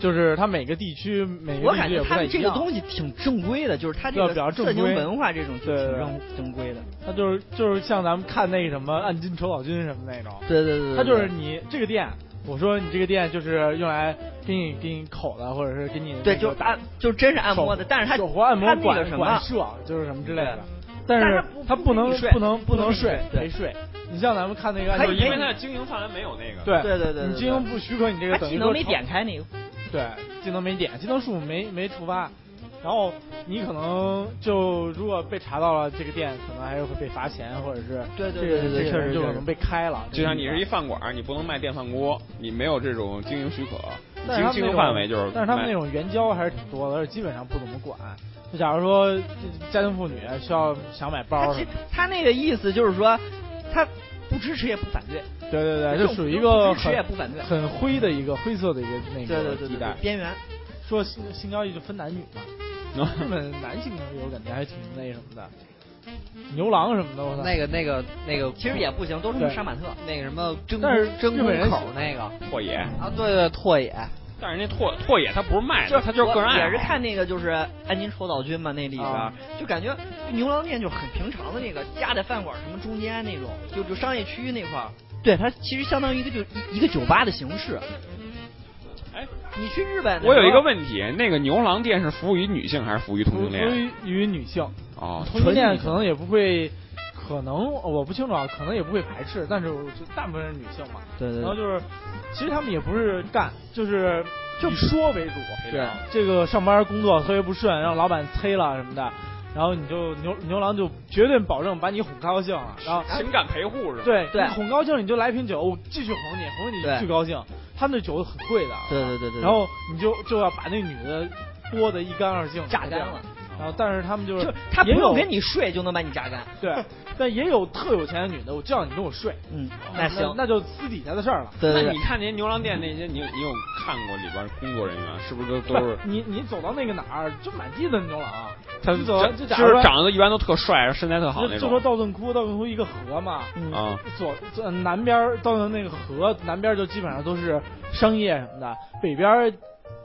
C: 就是它每个地区每个
B: 我
C: 地
B: 感
C: 区也
B: 觉
C: 不
B: 他
C: 太
B: 们
C: 一
B: 这个
C: 样。
B: 东西挺正规的，就是他这
C: 对比较
B: 个
C: 正
B: 色情
C: 规
B: 文化这种就
C: 对
B: 挺
C: 对
B: 正正规的。
C: 它就是就是像咱们看那个什么暗金丑草菌什么那种，
B: 对对对
C: 它就是你这个店，我说你这个店就是用来给你给你口的，或者是给你
B: 对，
C: 那
B: 就
C: 个打
B: 按就真是按摩的，但是他
C: 手活按摩
B: 他那
C: 管
B: 个什
C: 管
B: 么，
C: 射就是什么之类的
B: 对，
C: 但
B: 但
C: 是
B: 是它
C: 它
B: 不不
C: 能
B: 给你睡
C: 不能不能睡
B: 对
C: 没睡，你像咱们看那个
B: 可
C: 暗
B: 以
A: 就是
C: 金
A: 因为
C: 丑草
A: 它的
C: 菌，
A: 经营范围没有那个。
C: 对
B: 对对对对
C: 你
B: 对
C: 经营不许可你这个
B: 他
C: 等
B: 技
C: 于
B: 能
C: 说
B: 没
C: 超
B: 点开那个，
C: 对，技能没点，技能树没没触发，然后你可能就如果被查到了这个店，可能还是会被罚钱，或者是
B: 对对
C: 这个
B: 对对对
C: 这个
B: 确
C: 人
B: 实
C: 就
B: 确
C: 可
B: 实
C: 能被开了。
A: 就像你是一
C: 这个地
A: 饭馆，你不能卖电饭锅，你没有这种经营许可，
C: 方，但是他
A: 经经
C: 们那
A: 营
C: 种
A: 范围就是卖。
C: 但是他们那种援交还是挺多的，而且基本上不怎么管。就假如说这家庭妇女需要想买包
B: 他
C: 什
B: 其
C: 么，
B: 他那个意思就是说，他不支持也不反对，
C: 对对对，
B: 这
C: 就
B: 种
C: 属于一个
B: 支持也
C: 很
B: 不反对
C: 很灰的一个灰色的一个那
B: 对
C: 个
B: 对对
C: 地
B: 对
C: 带
B: 对，。边缘。
C: 说性性交易就分男女嘛， 日本男性交易我感觉还挺那什么的，牛郎什么的，我操。
F: 那个那个那个，
B: 其实也不行，都是
C: 对
B: 杀马特。
F: 那个什么真
C: 但是
F: 真
C: 日本人哎
F: 空口那个
A: 拓野，
F: 啊，对对，拓野，
A: 但是人家拓拓野他不是卖
B: 就
A: 的，他就是个人爱
B: 也
A: 好。
B: 是看那个就是安金丑岛君嘛，那里边、
C: 啊
B: 就感觉牛郎店就是很平常的那个夹在饭馆什么中间那种，就就商业区那块儿。对，它其实相当于一个就一一个酒吧的形式。
A: 哎，
B: 你去日本的时候，
A: 我有一个问题，那个牛郎店是服务于女性还是服务于同性
C: 服服
A: 恋？啊
C: 于于女性，
A: 哦，
C: 同性恋
A: 纯
C: 可能也不会，可能我不清楚啊，可能也不会排斥，但是我觉得大部分是女性嘛。
B: 对对
C: 然后
B: 对，
C: 就是，其实他们也不是干，就是就以说为主。
A: 对
C: 这个上班工作特别不顺，让老板催了什么的，然后你就牛牛郎就绝对保证把你哄高兴了，然后
A: 啊情感陪护是吧？
C: 对
B: 对
C: 你哄高兴你就来瓶酒，我继续哄你，哄你
B: 对
C: 巨高兴。他们的酒很贵的，啊
B: 对对对对对
C: 然后你就就要把那女的剥得一干二净，
B: 榨干了。
C: 然后，但是他们就是
B: 就他不
C: 也有
B: 用跟你睡就能把你榨干。
C: 对，但也有特有钱的女的，我就让你跟我睡，啊
B: 嗯，那行，
C: 那就私底下的事儿了。
B: 对对
A: 那你
B: 对，
A: 看那些牛郎店那些，你有你有看过里边工作人员是不是都
C: 不
A: 都是？
C: 你你走到那个哪儿，就满地的牛郎，啊你走到
A: 这
C: 就
A: 就
C: 假如
A: 是
C: 说
A: 长得一般都特帅，身材特好
C: 就
A: 那
C: 就
A: 种。
C: 说道顿窟，道顿窟一个河嘛，
B: 嗯
A: 啊，
C: 左左南边儿道顿那个河南边儿就基本上都是商业什么的，北边儿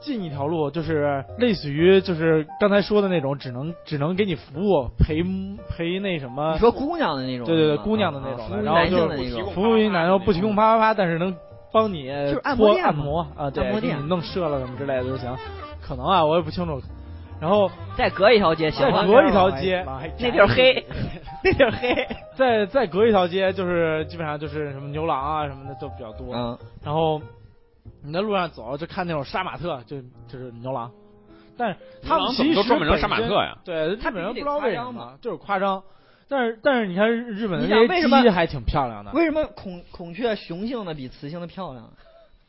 C: 进一条路就是类似于就是刚才说的那种，只能只能给你服务陪陪那什么
B: 你，说姑娘的那种，
C: 对对对
B: 是吗
C: 姑娘的那种的
B: 啊
C: 然后
B: 男性
C: 就
B: 的那种，
C: 服务于男生不提供啪啪啪，但是能帮你
B: 是按摩
C: 摩
B: 店
C: 按
B: 嘛
C: 啊，对，
B: 按摩店
C: 给你弄射了什么之类的就行，可能啊我也不清楚，然后
B: 再隔一条街行
C: 再
B: 吗？
C: 隔一条街，
B: 那地儿黑， 那地儿 黑。
C: 再再隔一条街，就是基本上就是什么牛郎啊什么的都比较多。
B: 嗯，
C: 然后你在路上走，就看那种杀马特，就就是牛郎。但是他
A: 牛
C: 们
A: 郎
C: 其
A: 怎么
C: 实
A: 都专门成杀马特呀
C: 本身对，
B: 他
C: 日本人
B: 必
C: 不
B: 须
C: 知道为
B: 得夸张
C: 什么
B: 嘛，
C: 就是夸张。但是但是你看日日本的
B: 你想
C: 那
B: 为
C: 些
B: 什么
C: 鸡还挺漂亮的，
B: 为什么孔孔雀雄性的比雌性的漂亮？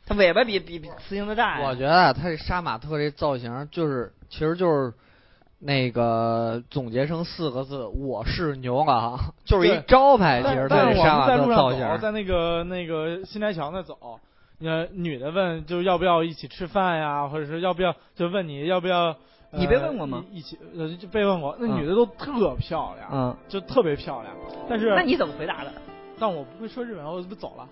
B: 它尾巴比比比雌性的大呀。
F: 我觉得啊他这杀马特这造型就是，其实就是那个总结成四个字：我是牛郎， 就是一
C: 对
F: 招牌。其
C: 但
F: 实
C: 但
F: 他
C: 是
F: 这
C: 我
F: 杀
C: 们
F: 马
C: 在路
F: 特造
C: 上
F: 型啊
C: 走，在那个那个新宅桥那走，呃，女的问就是要不要一起吃饭呀，或者是要不要就问你要不要。呃
B: 你被问过吗
C: 一一起呃就被问过，那
B: 嗯
C: 女的都特漂亮，
B: 嗯，
C: 就特别漂亮。但是
B: 那你怎么回答的？
C: 但我不会说日文，我就走了。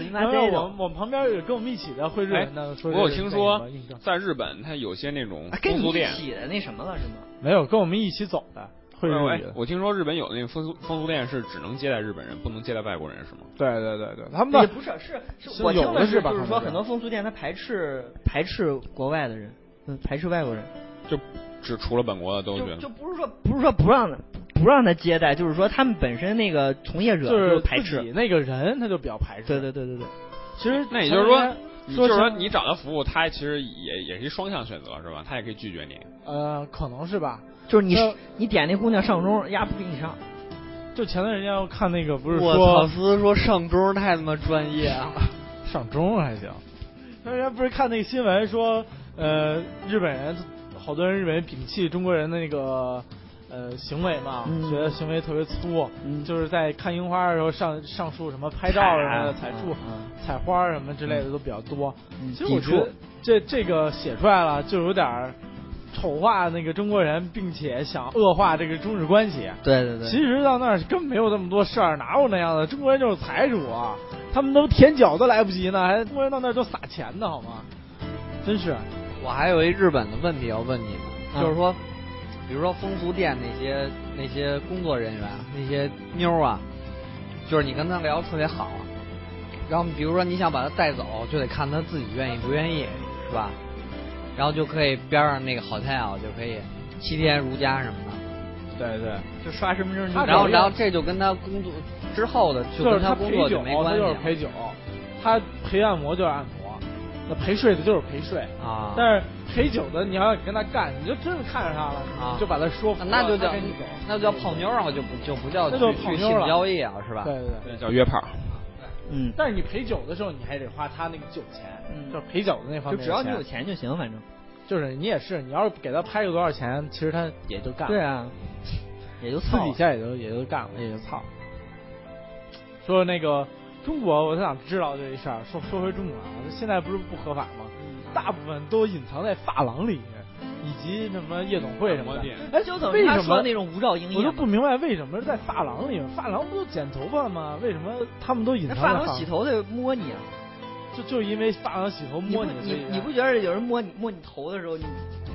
B: 你妈
C: 然后
B: 这
C: 我
B: 种
C: 们我们旁边有跟我们一起的会日
A: 哎
C: 文的，，说
A: 我有
C: 日
A: 听
C: 文
A: 说
C: 那个印证，
A: 在日本它有些那种
B: 啊跟
A: 风
B: 你
A: 俗
B: 一
A: 店，
B: 起的那什么了是吗？
C: 没有跟我们一起走的会日
A: 哎
C: 语的，
A: 我听说日本有那个风俗风俗店是只能接待日本人，不能接待外国人，是吗？
C: 对对对对，他们
B: 也
C: 的
B: 不是，是
C: 是
B: 我听
C: 有的
B: 的
C: 是吧
B: 就是
C: 可能
B: 说
C: 是
B: 很多风俗店它排斥排斥国外的人，嗯，排斥外国人，
A: 就只除了本国的都觉
B: 就
A: 得
B: 就不是说不是说不让不让他接待，就是说他们本身那个从业者
C: 就是
B: 排
C: 自己
B: 斥。
C: 那个人他就比较排斥。
B: 对对对对对，
C: 其实
A: 那也就是说
C: 前
A: 你就
C: 两天说
A: 是说
C: 前
A: 你找他服务，他其实也也是一双向选择，是吧？他也可以拒绝你。
C: 呃可能是吧，
B: 就是你
C: 那
B: 你点那姑娘上钟，丫不给你上。
C: 就前段时间我看那个不是
F: 我操，
C: 说
F: 思说上钟太他妈专业啊了。
C: 上钟还行，前
B: 嗯
C: 段时间不是看那个新闻说呃日本人好多人日本人摒弃中国人的那个。呃，行为嘛，
B: 嗯
C: 觉得行为特别粗，
B: 嗯
C: 就是在看樱花的时候上上树什么拍照什么的，采树、
B: 嗯
C: 采花什么之类的都比较多。
B: 嗯
C: 其实我觉得这这个写出来了，就有点儿丑化那个中国人，并且想恶化这个中日关系。
F: 对对对，
C: 其实到那儿根本没有那么多事儿，哪有那样的？中国人就是财主啊，他们都舔脚都来不及呢，还中国人到那儿都撒钱呢，好吗？真是，
F: 我还有一日本的问题要问你们，
C: 啊
F: 就是说，比如说风俗店那些那些工作人员啊那些妞儿啊，就是你跟她聊得特别好，然后比如说你想把她带走，就得看她自己愿意不愿意，是吧？然后就可以边上那个 hotel 就可以七天如家什么的，
C: 对对，
B: 就刷身份证
C: 他
B: 就
F: 然后
C: 主要
F: 然后这就跟她工作之后的就
C: 就是
F: 跟
C: 他
F: 工
C: 陪
F: 作
C: 酒，
F: 没关
C: 他
F: 系啊
C: 就是
F: 了
C: 陪酒，他陪按摩就是按摩，那陪睡的就是陪睡。
F: 啊，
C: 但是陪酒的，你要跟他干，你就真的看上他了，
F: 啊
C: 你就把他说服了，
F: 那就叫
C: 他跟你走，
F: 那就叫泡妞啊，就不就不叫
C: 那
F: 去
C: 就泡
F: 去
C: 妞
F: 性
C: 了
F: 交易啊，是吧？
C: 对对对。
A: 那叫约炮。
B: 嗯，
C: 但是你陪酒的时候，你还得花他那个酒钱，
B: 嗯
C: 就是陪酒的那方
B: 就
C: 面。
B: 只要你有，钱就行，反正。
C: 就是你也是，你要是给他拍个多少钱，其实他也就干了。
G: 对啊，也就
C: 私
G: 操
C: 底
G: 了。
C: 下也就也就干了，也就操。说那个中国，我想知道这一事儿。说说回中国啊，现在不是不合法吗？
B: 嗯
C: 大部分都隐藏在发廊里面，以及什么夜总会什么
A: 按摩
C: 的
A: 店。
C: 哎，
B: 就等
C: 为
B: 于他
C: 什么
B: 说的那种无照营业
C: 我
B: 嘛，
C: 就不明白为什么是在发廊里面，发廊不都剪头发吗？为什么他们都隐
B: 那
C: 藏在
B: 发
C: 廊
B: 廊洗？头得摸你啊，
C: 就就因为发廊洗头
B: 你不
C: 摸
B: 你
C: 所以
B: 你不觉得有人摸你摸你头的时候，你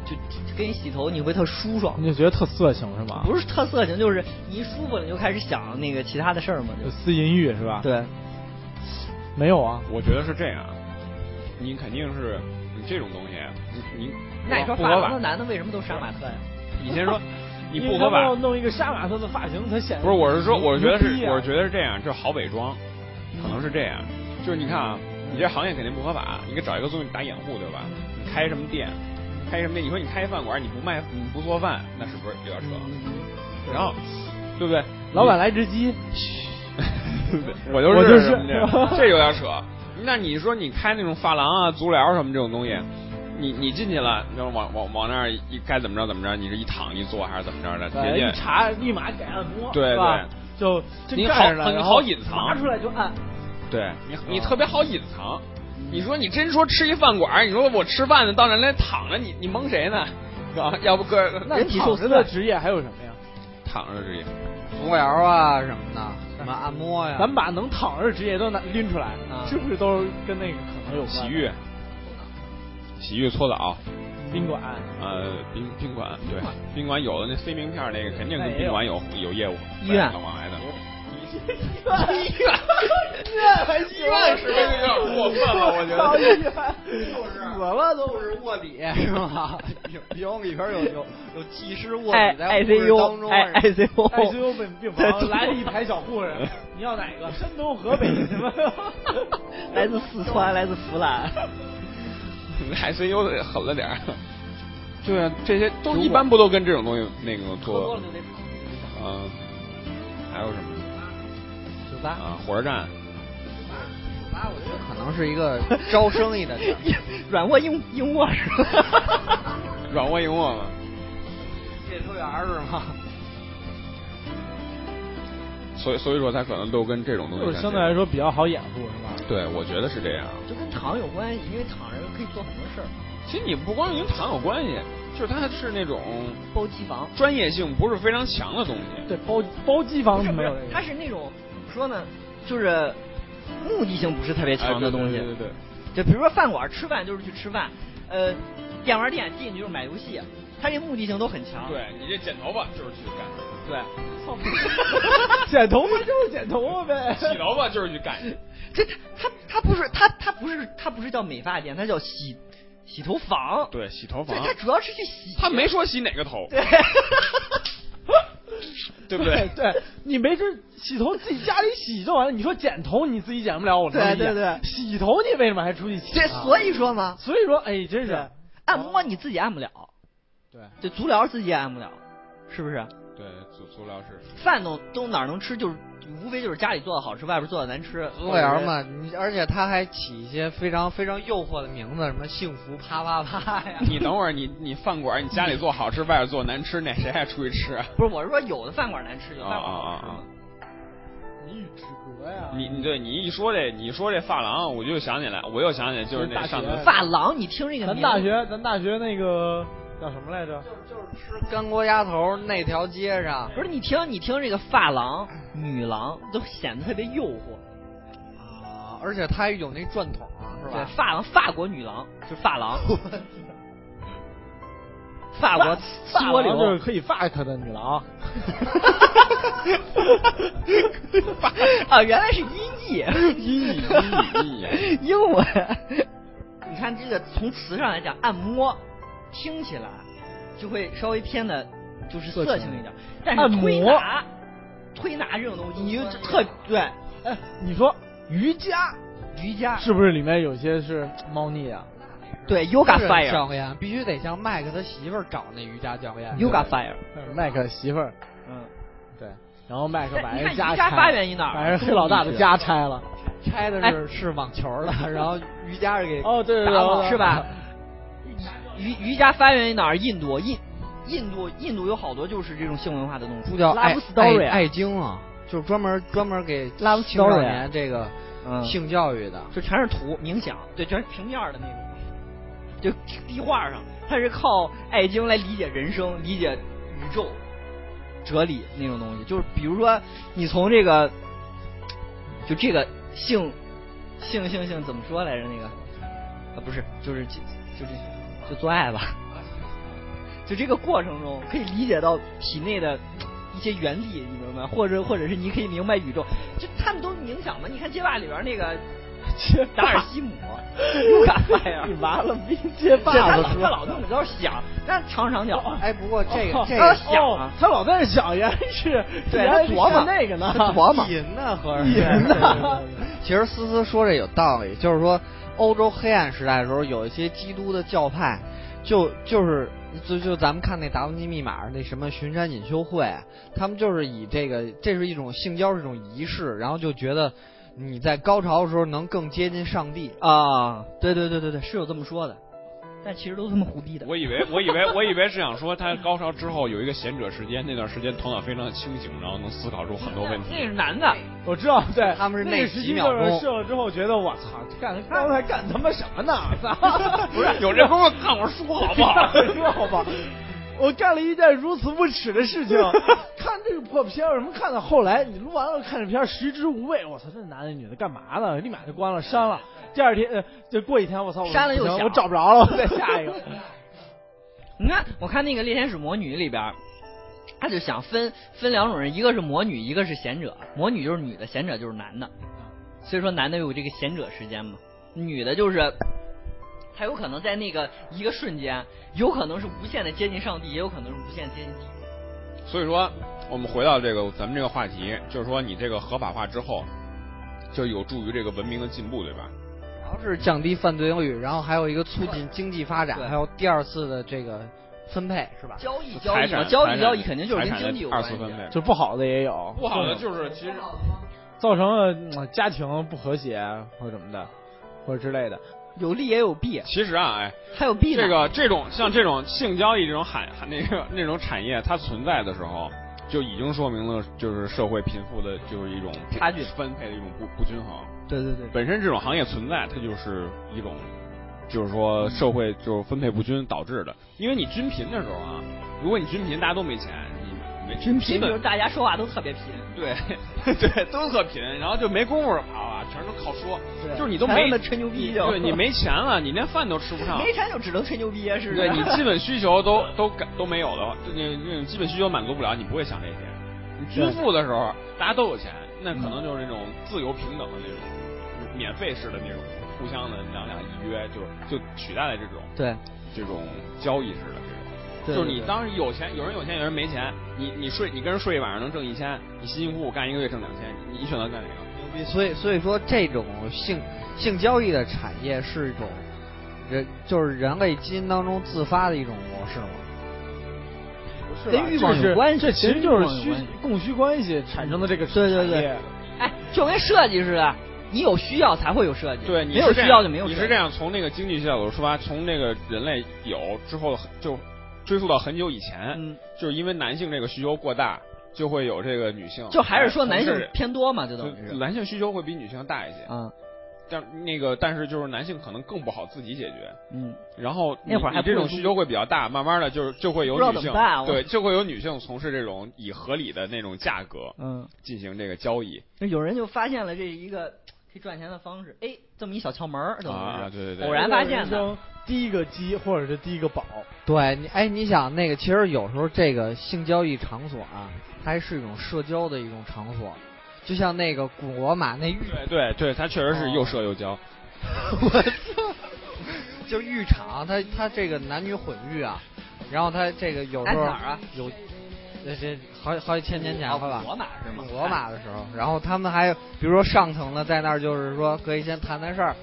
B: 就就给你洗头，你会特舒爽吗？
C: 你就觉得特色情是吗？
B: 不是特色情，就是你一舒服了，你就开始想那个其他的事儿嘛，
C: 有
B: 就
C: 私淫欲是吧？，
B: 对，
C: 没有啊，
A: 我觉得是这样，你肯定是你这种东西，你你
B: 那你说
A: 不
B: 发
A: 合
B: 廊的
A: 法，
B: 男的为什么都杀马特呀？
A: 你先说，你
C: 因为
A: 不
C: 他
A: 合
C: 们
A: 法
C: 要，弄一个杀马特的发型才显得
A: 不是，我是说，我是觉得
C: 牛逼
A: 是，
C: 啊
A: 我是觉得是这样，就是好伪装，可能是这样，
C: 嗯
A: 就是你看啊，你这行业肯定不合法，你给找一个东西打掩护，对吧？
C: 嗯
A: 你开什么店？开什么店？你说你开饭馆，你不卖，你不做饭，那是不是有点扯？然后，对不对？
C: 嗯老板来只鸡，
A: 我就是
C: 我就是
A: 什么 这这有点扯。那你说你开那种发廊啊、足疗什么这种东西，你你进去了，你就往往往那儿一该怎么着怎么着，你是一躺一坐还是怎么着的？人
C: 呃
A: 家
C: 一查立马给按摩，
A: 对
C: 是吧？就
A: 你
C: 真
A: 好
C: 盖着了，
A: 很
C: 然
A: 好
C: 后
A: 隐藏
C: 拿出来就按。
A: 对你，嗯你特别好隐藏。你说你真说吃一饭馆儿，你说我吃饭呢，到那儿来躺着，你你蒙谁呢？是吧？要不哥
C: 那
A: 人体
C: 躺着的职业还有什么呀？
A: 躺着职业，
F: 足疗啊什么的，什么按摩呀、
A: 嗯
C: 咱们把能躺着的职业都拿拎出来，
F: 啊
C: 是不是都跟那个可能有关？
A: 洗浴、洗浴搓澡，
C: 宾馆，
A: 呃，宾宾馆对，宾馆有的那飞名片儿那个肯定
C: 那
A: 跟
C: 也
A: 宾馆有有业务，
B: 医院
A: 往来的。
B: 医院，医院还医
A: 院是不是有 点 过分了？我觉
C: 到医
A: 得。
C: 院
F: 死了都是卧底是吧？有有里边有有有技师卧
B: 哎
F: 底在护士当中，啊
B: ，ICU，哎，ICU，
A: 哦
C: ，ICU 病病
B: 在
C: 房来了一排小护士， 你要哪个？山东、河北什么？
B: 来自四川，来自湖南，
A: 还 c u 的狠了点儿。对啊，这些都一般不都跟这种东西那个
B: 喝多
A: 做
B: 了，就得躺。
A: 嗯，还有什么
F: 酒吧，
A: 啊？火车站。
F: 酒吧，我觉得可能是一个招生意的地儿
B: 软卧硬硬卧是吧？
A: 软卧硬卧嘛。
F: 列车员是吗？
A: 所以所以说它可能都跟这种东西 沾边
C: 就是相对来，说比较好掩护，是吧？
A: 对我觉得是这样。
B: 就跟躺有关系，因为躺着可以做很多事儿，
A: 其实你不光是跟糖有关系，就是它是那种
B: 包机房。
A: 专业性不是非常强的东西。
C: 对，包包机房
B: 不是不
C: 没
B: 是
C: 有这，个
B: 它。是那种怎么说呢，就是目的性不是特别强的东西。
A: 哎对对对对
B: 就比如说饭馆吃饭就是去吃饭，呃，电玩店进去就是买游戏，它这目的性都很强。
A: 对你这剪头发就是去干，
B: 对，
C: 剪头发就是剪头发呗。
A: 洗头发就是去干。
B: 这它它它不是它它不是它不是叫美发店，它叫洗洗头房。
A: 对，洗头
B: 对，
A: 房
B: 它。主要是去洗。
A: 他没说洗哪个头，
B: 对，
A: 对不对？
C: 对你没事儿洗头自己家里洗就完了。你说剪头你自己剪不了，我能
B: 对
C: 理解
B: 对对
C: 洗头你为什么还出去洗、
B: 这
C: 啊？
B: 所以说嘛，
C: 所以说，哎，真
B: 对
C: 是
B: 按摩你自己按不了，
C: 对
B: 对，足疗自己也按不了，是不是？
A: 对，足足疗是
B: 饭都都哪儿能吃，就是无非就是家里做的好吃，外边做的难吃。
F: 足疗嘛，你而且他还起一些非常非常诱惑的名字，什么幸福啪啪啪呀。
A: 你等会儿，你你饭馆，你家里做好吃，外边做难吃，那谁还出去吃啊？
B: 不是，我是说有的饭馆难吃，有的
A: 啊
B: 饭馆
A: 啊啊
B: 好吃嘛。
A: 啊！
C: 你与之隔呀
A: 你你对你一说这，你一说这发廊，我就想起来，我又想起来，就是那上次
C: 大学
B: 发廊，你听这个
C: 咱
B: 名
C: 大
B: 字，
C: 学，咱大学那个叫什么来着？
F: 吃干锅鸭头那条街上，
B: 不是你听你听这个发廊、女郎都显得特别诱惑。
F: 啊，而且他还有那转筒是
B: 对
F: 吧，？
B: 发廊法国女郎就是发廊，法国
C: 发
B: 梭
C: 廊就是
B: 流，
C: 可以 fuck 的女郎，
B: 啊，原来是音译，
A: 音译音译音
B: 译，英文。你看这个从词上来讲，按摩听起来就会稍微偏的，就是色情一点，但
C: 按
B: 是
C: 摩
B: 推拿、推拿这种东西，你就特对
C: 哎，你说瑜伽
B: 瑜伽
C: 是不是里面有些是猫腻啊？
B: 对 yoga
F: 这个教
B: fire
F: 练必须得向麦克他媳妇儿找那瑜伽教练。
B: yoga fire，
C: 呃麦克媳妇儿，
B: 嗯，
C: 对，然后麦克把
B: 哎你
C: 人
B: 看
C: 家
B: 瑜伽
C: 拆
B: 发
C: 了
B: 源于哪儿
C: 把人黑老大的 家拆了。
F: 拆的是、是网球的，然后瑜伽是给
C: 哎哦，对对
B: 打
C: 对，
B: 网是吧？ 瑜瑜伽发源于哪儿？印度，印印度印度有好多就是这种性文化的东西，
F: 不叫
B: 拉
F: 爱
B: 夫 story
F: 爱
B: 啊
F: 爱经啊，就是专门专门给
C: 啊
B: Love
F: 青少
B: Story
F: 年这个
B: 嗯
F: 性教育的。
B: 就全是图冥想，对，全是平面儿的那种，就壁画上，它是靠爱经来理解人生、理解宇宙、哲理那种东西。就是比如说，你从这个，就这个性，性性性怎么说来着？那个啊，不是，就是就就是就做爱吧，就这个过程中可以理解到体内的。一些原理，你明白吗？或者或者是你可以明白宇宙，就他们都是冥想嘛。你看街霸里边 那个达尔西姆，又敢卖呀？你完了，别接
C: 霸
B: 他
C: 了
B: 老
C: 是吧
B: 他老那么着想，那尝尝脚。
F: 哎，不过这个
C: 哦
F: 这
B: 啊
F: 个
B: 是想
C: 哦
B: 啊
C: 他老在那想，原来是
B: 对
C: 原来是
B: 他琢
C: 看
B: 磨
C: 那个呢，
B: 他琢磨
F: 淫呢，合着
C: 淫
F: 是
C: 呢
F: 其实思思说这有道理，就是说欧洲黑暗时代的时候，有一些基督的教派，就就是就就咱们看那《达文西密码》那什么巡山隐修会，他们就是以这个这是一种性交是一种仪式，然后就觉得你在高潮的时候能更接近上帝。
B: 啊，对对对对对，是有这么说的，但其实都他妈胡逼的。
A: 我以为，我以为，我以为是想说，他高潮之后有一个闲者时间，那段时间头脑非常的清醒，然后能思考出很多问题。
B: 那是男的，
C: 我知道，哦对，
F: 他们是
C: 那
F: 那
C: 个时
F: 几
C: 期
F: 秒
C: 就是
F: 钟
C: 射了之后，觉得我操，干刚才干他妈什 么呢？操
A: 不是有这功夫看我书好不好？
C: 说好吧，我干了一件如此无耻的事 情。看这个破片儿，为什么看到后来你录完了看这片儿食之无味？我操，这男的女的干嘛呢？立马就关了，删了。第二天，呃，就过几天，我操，我
B: 删了又
C: 不行
B: 想
C: 我找不着了，我再下一 个。
B: 你看我看那个《猎天使魔女》里边。他就想分分两种人，一个是魔女，一个是贤者。魔女就是女的，贤者就是男的。所以说男的有这个贤者时间嘛，女的就是，她有可能在那个一个瞬间，有可能是无限的接近上帝，也有可能是无限地接近地狱。
A: 所以说，我们回到这个咱们这个话题，就是说你这个合法化之后，就有助于这个文明的进步，对吧？
F: 主要是降低犯罪率，然后还有一个促进经济发展，
B: 对
F: 还有第二次的这个分配，是吧？
B: 交易交
A: 财
B: 易嘛，
A: 产
B: 交
A: 财
B: 易
A: 产
B: 交易肯定就是
A: 财
B: 跟
A: 产的
B: 经济有
A: 二
B: 关系啊嗯
A: 次
B: 的。
A: 分配。
C: 就不好的也有，嗯
A: 不好的就是其实
C: 造成了嗯家庭不和谐或者什么的，或者之类的。
B: 有利也有弊，
A: 其实啊，哎，
B: 还有弊呢。
A: 这个这种像这种性交易这种产那个那种产业，它存在的时候，就已经说明了就是社会贫富的就是一种
B: 差距
A: 分配的一种不不均衡。
B: 对对对，
A: 本身这种行业存在，它就是一种，就是说社会就是分配不均导致的。因为你均贫的时候啊，如果你均贫，大家都没钱，你没均
B: 贫比如
A: 的，
B: 大家说话都特别贫，
A: 对对， 都特贫，然后就没工夫啊，全都靠说，就是你都
B: 还
A: 没
B: 让他吹牛逼
A: 你
B: 就
A: 对你没钱了，你连饭都吃不 上，
B: 没钱就只能吹牛逼，是不
A: 啊
B: 是？
A: 对你基本需求都都感都没有的话，就你那种基本需求满足不了，你不会想这些。你均富的时候，大家都有钱，那
F: 嗯
A: 可能就是那种自由平等的那种免费式的那种互相的两两一约，就就取代了这种
F: 对，
A: 这种交易式的这种。
F: 对
A: 就是你
F: 对对
A: 当时有钱，有人有钱，有人没钱，你你睡你跟人睡一晚上能挣一千，你辛辛苦苦干一个月挣两千，你你选择干哪个？
F: 所以所以说这种性性交易的产业是一种人就是人类基因当中自发的一种模式嘛。
C: 是吧
B: 跟欲望
C: 这是
B: 有关系
C: 这其实
B: 跟
C: 就
B: 欲
C: 是
B: 望有
C: 虚
B: 关系
C: 供需关系产生的这个
F: 对对对
C: 产业
B: 哎，就跟设计似的，你有需要才会有设计，
A: 对，你
B: 没有
A: 是这
B: 需
A: 样
B: 要就没有
A: 你
B: 设计。
A: 是这样，从那个经济角度出发，从那个人类有之后很就追溯到很久以前，
B: 嗯，
A: 就是因为男性这个需求过大，就会有这个女性，
B: 就还是说男性
A: 哎同事
B: 偏多嘛，就等于。
A: 就是男性需求会比女性大一些，
B: 啊，
A: 但那个但是就是男性可能更不好自己解决，
B: 嗯，
A: 然后你
B: 那会儿还
A: 你这
B: 不
A: 种
B: 如
A: 需求会比较大，慢慢的就是就会有
B: 不知道
A: 女
B: 怎
A: 性
B: 么办啊我
A: 对就会有女性从事这种以合理的那种价格
B: 嗯，
A: 进行这个交易
B: 那有人就发现了这是一个可以赚钱的方式，哎，这么一小窍门儿，等于
A: 啊，对
B: 是。
A: 对
B: 偶
A: 对，
B: 然发现的
C: 人生第一个鸡或者是第一个宝，
F: 对你哎，你想那个其实有时候这个性交易场所啊，它还是一种社交的一种场所，就像那个古罗马那浴，
A: 对对对，他确实是又射又交，
F: 我操，就浴场，它它这个男女混浴啊，然后它这个有时候
B: 哎哪儿啊哦
F: 有。这这好好几千年前了吧？
B: 罗马是吗？
F: 罗马的时候，然后他们还比如说上层的在那儿就是说可以先谈谈事儿，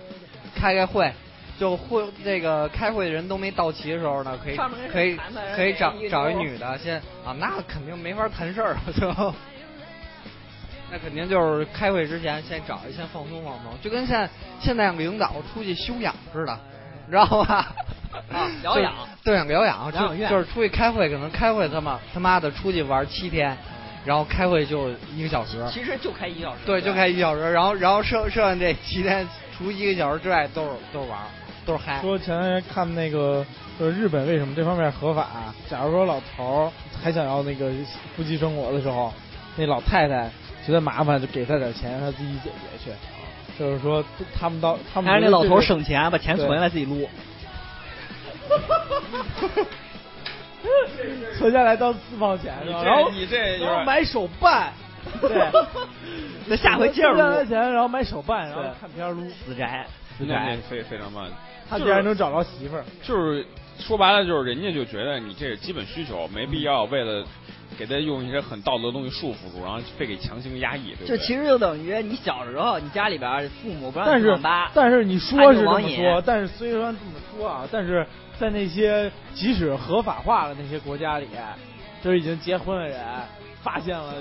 F: 开开会，就会这个开会的人都没到齐的时候呢，可以
B: 上面跟人
F: 可以
B: 谈谈人
F: 可以找
B: 给你一
F: 找一
B: 桌
F: 女的先啊，那肯定没法谈事儿，就那肯定就是开会之前先找一先放松放松，就跟现在现在领导出去休养似的，你知道吧？
G: 啊疗养
F: 对疗养，
G: 疗养
F: 就
G: 院
F: 就是出去开会，可能开会他妈他妈的出去玩七天，然后开会就一个小时，
A: 啊
B: 其实就开一小时，
F: 对，就开一小时，然后然后剩剩下这七天除一个小时之外都是都是玩儿，都是嗨。
C: 说前段时间看那个，就是日本为什么这方面合法、假如说老头儿还想要那个夫妻生活的时候，那老太太觉得麻烦，就给他点钱，让他自己解决去。就是说，他们到他们
G: 但是那
C: 觉得
G: 老
C: 这
G: 头
C: 个
G: 儿省钱，把钱存下来自己撸。
C: 存下来当私房钱，是吧
A: 你这
C: 然后
A: 你这有点
C: 然后买手办，对，
G: 那下回接着撸
C: 存下来钱，然后买手办，然后看片儿撸，
G: 死宅，死
A: 那那
G: 宅，
A: 非非常慢。
C: 他居然能找着媳妇儿。
A: 就是说白了，就是人家就觉得你这是基本需求，没必要为了给他用一些很道德的东西束缚住，然后非给强行压抑，对不
G: 就
A: 对？
G: 其实就等于你小时候，你家里边儿父母不让
C: 但
G: 你去
C: 是
G: 网吧，
C: 但是你说是这么
G: 安着网
C: 说
G: 瘾，
C: 但是虽然这么说啊，但是在那些即使合法化了那些国家里，就是已经结婚的人发现了，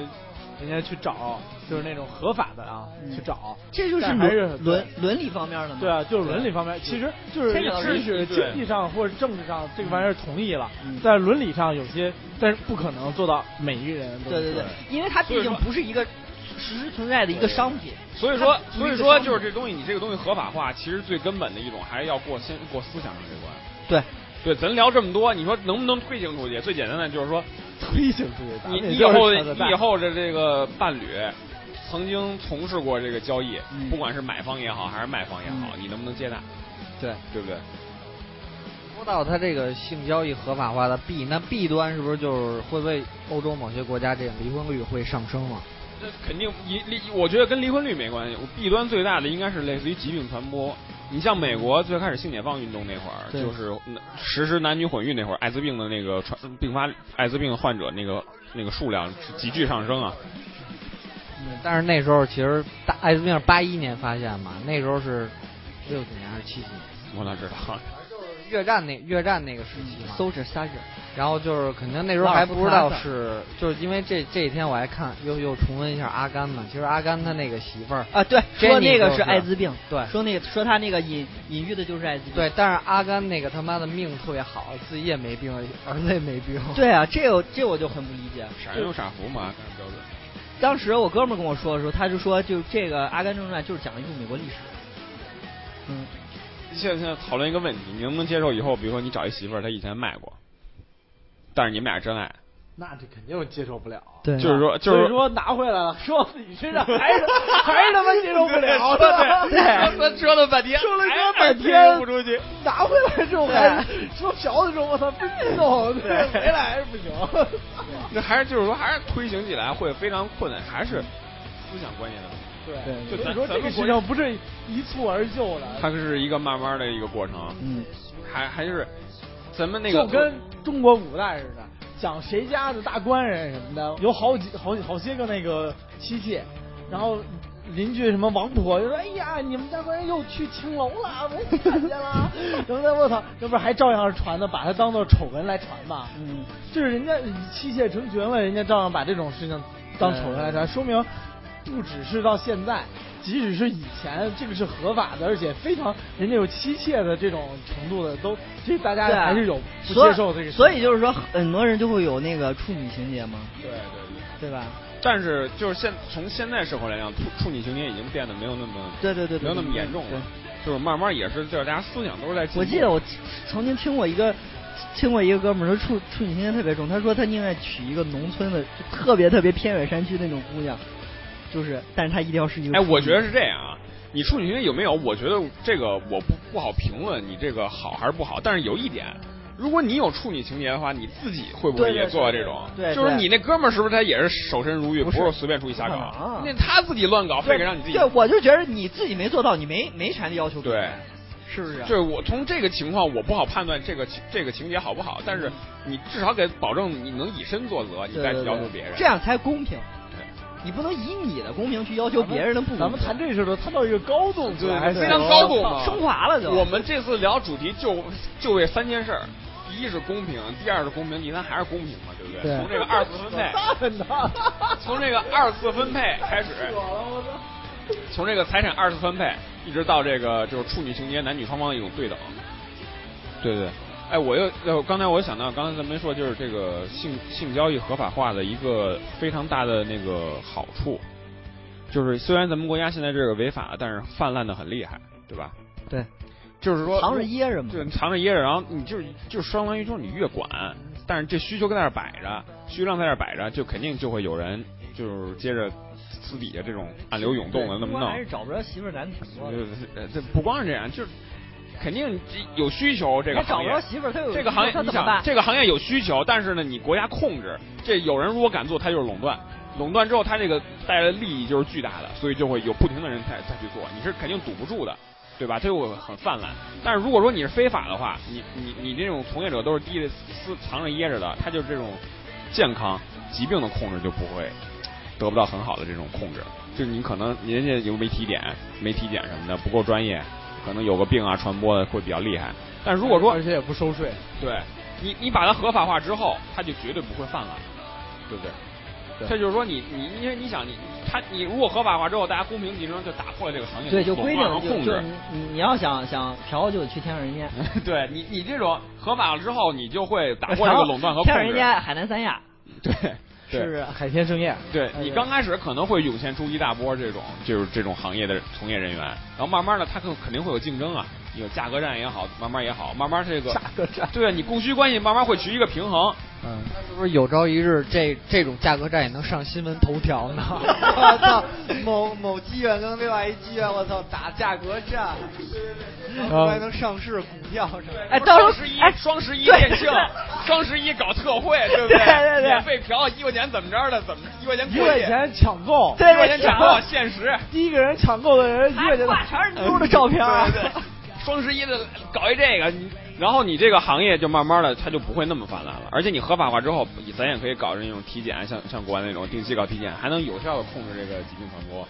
C: 人家去找就是那种合法的啊、去找，
G: 嗯这就是
C: 但还是
G: 伦伦伦理方面的嘛。
C: 对啊，就是伦理方面，其实就是
G: 牵扯到
C: 即
G: 人
C: 使
A: 性
C: 经济上或者政治上这个玩意儿同意了
G: 嗯，
C: 在伦理上有些，但是不可能做到每一个人都
G: 对对对，因为它毕竟不是一个实时存在的一个商品。
A: 所以说，
G: 它不
A: 所
G: 是
A: 以
G: 一个
A: 说
G: 商品
A: 就是这东西，你这个东西合法化，其实最根本的一种还是要过先过思想上这关。
G: 对，
A: 对，咱聊这么多，你说能不能推行出去？最简单的就是说，
C: 推行出去。咱
A: 你
C: 们
A: 你以
C: 也就是
A: 后
C: 扯扯
A: 你
C: 淡
A: 以后的这个伴侣曾经从事过这个交易，
G: 嗯
A: 不管是买方也好，还是卖方也好，你能不能接纳？
F: 对，
A: 对不对？
F: 说到他这个性交易合法化的弊，那弊端是不是就是会不会欧洲某些国家这个离婚率会上升啊？
A: 这肯定离离，我觉得跟离婚率没关系。我弊端最大的应该是类似于疾病传播。你像美国最开始性解放运动那会儿，
F: 对
A: 就是实施男女混育那会儿，艾滋病的那个传并发艾滋病患者那个那个数量是急剧上升啊。
F: 但是那时候其实大艾滋病八一年发现嘛，那时候是六几年还是七几年？
A: 我哪知道？
F: 越战那越战那个时期嘛，
G: 搜着仨人，
F: 然后就是肯定那时候还不知道是，就是因为这这几天我还看又又重温一下阿甘嘛，其实阿甘他那个媳妇儿
G: 啊，对，说
F: Jenny
G: 那个
F: 就是
G: 艾滋病，
F: 对
G: 说那个说他那个隐隐喻的就是艾滋病，
F: 对，但是阿甘那个他妈的命特别好，自己也没病，儿子也没病。
G: 对啊，这个这我就很不理解。
A: 傻人有傻福嘛，看标准。
G: 当时我哥们儿跟我说的时候，他就说，就这个《阿甘正传》就是讲一部美国历史。嗯，
A: 现在现在讨论一个问题，你能不能接受以后，比如说你找一媳妇儿，她以前卖过，但是你们俩真爱，
C: 那这肯定接受不了。
G: 对
A: 就是说就是
C: 啊所以说拿回来了，说到自己身上还 是还是他妈接受不了，
A: 对
C: 吧
A: 对
G: 对，说了半天
C: 说了这
A: 哎
C: 半天
A: 不，出去。
C: 拿回来之后还说嫖的时候，我操，真激动，对，回来还是不行。
A: 那还是就是说，还是推行起来会非常困难，还是思想观念的问题。就
C: 对所
A: 咱
C: 以说
A: 咱
C: 这个
A: 们
C: 事
A: 国
C: 情不是一蹴而就的，
A: 它是一个慢慢的一个过程，
G: 嗯，
A: 还还是咱们那个
C: 就跟中国古代似的，讲谁家的大官人什么的，有好几好好些个那个妻妾，然后邻居什么王婆就说：“哎呀，你们家官人又去青楼了，没看见 了。”然后再我操，这不是还照样传的，把它当做丑闻来传吗？
G: 嗯，
C: 就是人家妻妾成群了，人家照样把这种事情当丑闻来
A: 嗯
C: 传，说明不只是到现在。即使是以前，这个是合法的，而且非常人家有妻妾的这种程度的，都这大家
G: 对啊
C: 还是有不
G: 所以
C: 接受这个事情，
G: 所以就是说，很多人就会有那个处女情节嘛，
A: 对对对。
G: 对吧？
A: 但是就是现从现在社会来讲，处处女情节已经变得没有那么
G: 对对对对
A: 没有那么严重
G: 对
A: 了，就是慢慢也是就是大家思想都是在进步
G: 我记得我曾经听过一个。听过一个哥们儿说处处女情节特别重，他说他宁愿娶一个农村的，就特别特别偏远山区那种姑娘，就是，但是他一定要是一个
A: 哎，
G: 处女。
A: 我觉得是这样啊。你处女情节有没有？我觉得这个我不不好评论你这个好还是不好，但是有一点，如果你有处女情节的话，你自己会不会
G: 对对
A: 也做这种？
G: 对对
A: 就是你那哥们儿是不是他也是守身如玉，不是随便出去瞎
G: 不可
A: 搞
G: 能？啊
A: 那他自己乱搞，非得让你自己
G: 对，我就觉得你自己没做到，你没没权利要求别人，是不是？啊
A: 就是我从这个情况，我不好判断这个情这个情节好不好，但是你至少给保证你能以身作则，你
G: 对
A: 再
G: 对对
A: 要求别人。
G: 这样才公平。
A: 对
G: 你不能以你的公平去要求别人的不公平。
C: 咱们谈这事都谈到一个高度，
A: 对
C: 还是
A: 非常高度嘛，
G: 升华了就
A: 我们这次聊主题就就这三件事儿，第一是公平，第二是公平，第三还是公平嘛，对不对？
C: 对
A: 从这个二次分配，
C: 大很大。
A: 从这个二次分配开始，从这个财产二次分配一直到这个就是处女情节男女双方的一种对等。对对，哎，我又呃，刚才我想到，刚才咱们说就是这个性性交易合法化的一个非常大的那个好处，就是虽然咱们国家现在这个违法，但是泛滥的很厉害，对吧？
G: 对，
A: 就是说
G: 藏着掖着嘛
A: 对，藏着掖着，然后你就是就是相当于说你越管，但是这需求跟那儿摆着，需求量在那儿摆着，就肯定就会有人就是接着私底下这种暗流涌动的那么
G: 中国
A: 弄，
G: 还是找不着媳妇儿难挺多的。
A: 呃，这不光是这样，就是肯定有需求这个
G: 他找不
A: 行业。
G: 着媳妇儿，他有
A: 这个行业，
G: 他
A: 你
G: 怎么
A: 想
G: 办？
A: 这个行业有需求，但是呢，你国家控制，这有人如果敢做，他就是垄断，垄断之后，他这个带来的利益就是巨大的，所以就会有不停的人再再去做，你是肯定堵不住的，对吧？它就会很泛滥。但是如果说你是非法的话，你你你这种从业者都是低着私藏着掖着的，他就是这种健康疾病的控制就不会得不到很好的这种控制，就是你可能人家有没体检，没体检什么的不够专业，可能有个病啊传播的会比较厉害。但如果说
C: 而且也不收税，
A: 对你，你把它合法化之后，它就绝对不会泛滥，对不对？
C: 对
A: 这就是说你，你你你想你它你如果合法化之后，大家公平竞争，就打破了这个行业
G: 对，
A: 垄
G: 就规定
A: 断和控
G: 就就
A: 制。
G: 你你你要想想嫖就去天上人间，
A: 对你你这种合法了之后，你就会打破这个垄断和控
G: 天上人
A: 制。
G: 间海南三亚，
A: 对
C: 是不
A: 对
C: 是海天盛宴？
A: 对
C: 哎，
A: 你
C: 呀
A: 刚开始可能会涌现出一大波这种就是这种行业的从业人员，然后慢慢的，它肯肯定会有竞争啊，有价格战也好，慢慢也好，慢慢这个
C: 价格战
A: 对啊你供需关系慢慢会取一个平衡。
C: 嗯，
F: 是不是有朝一日这这种价格战也能上新闻头条呢？ 我操，某某妓院跟另外一妓院，我操打价格战，后来能上市股票什么的？
G: 哎，到时候
A: 双十一
G: 哎，
A: 双十一
G: 对
A: 店庆
G: 对，
A: 双十一搞特惠，对不对？
G: 对对对
A: 免费嫖一块钱怎么着的？怎么一块钱
C: 一
A: 过
C: 块
A: 夜？
C: 钱抢购，
G: 对
A: 一块钱抢购限时，
C: 第一个人抢购的人一块钱
G: 还挂全是妞的照片啊儿
A: 对对对。双十一的搞一这个，你然后你这个行业就慢慢的它就不会那么泛滥了，而且你合法化之后，咱也可以搞那种体检，像像国外那种定期搞体检，还能有效的控制这个疾病传播。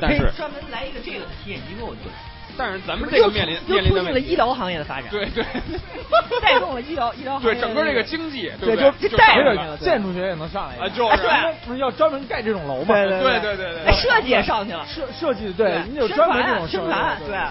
A: 但
G: 可
A: 是
G: 以专门来一个这个体验机构，对，
A: 但是咱们这个面临
G: 又
A: 面
G: 促
A: 临
G: 进
A: 的
G: 了
A: 问
G: 医
A: 题，
G: 疗行业的发展，
A: 对对，
G: 带动了医疗医疗行业
A: 对
G: 的
A: 整个这个经济，
G: 对
A: 不对？
G: 就带
A: 上
G: 着
A: 来
G: 你
A: 了
G: 了
C: 个建筑学也能上来一个
A: 啊就是
C: 哎不是要专门盖这种楼嘛？
G: 对对
A: 对对对对
G: 哎，设计也上去了，
C: 设设计对
G: 对
C: 你有专门这种设
G: 宣
C: 计
G: 传宣传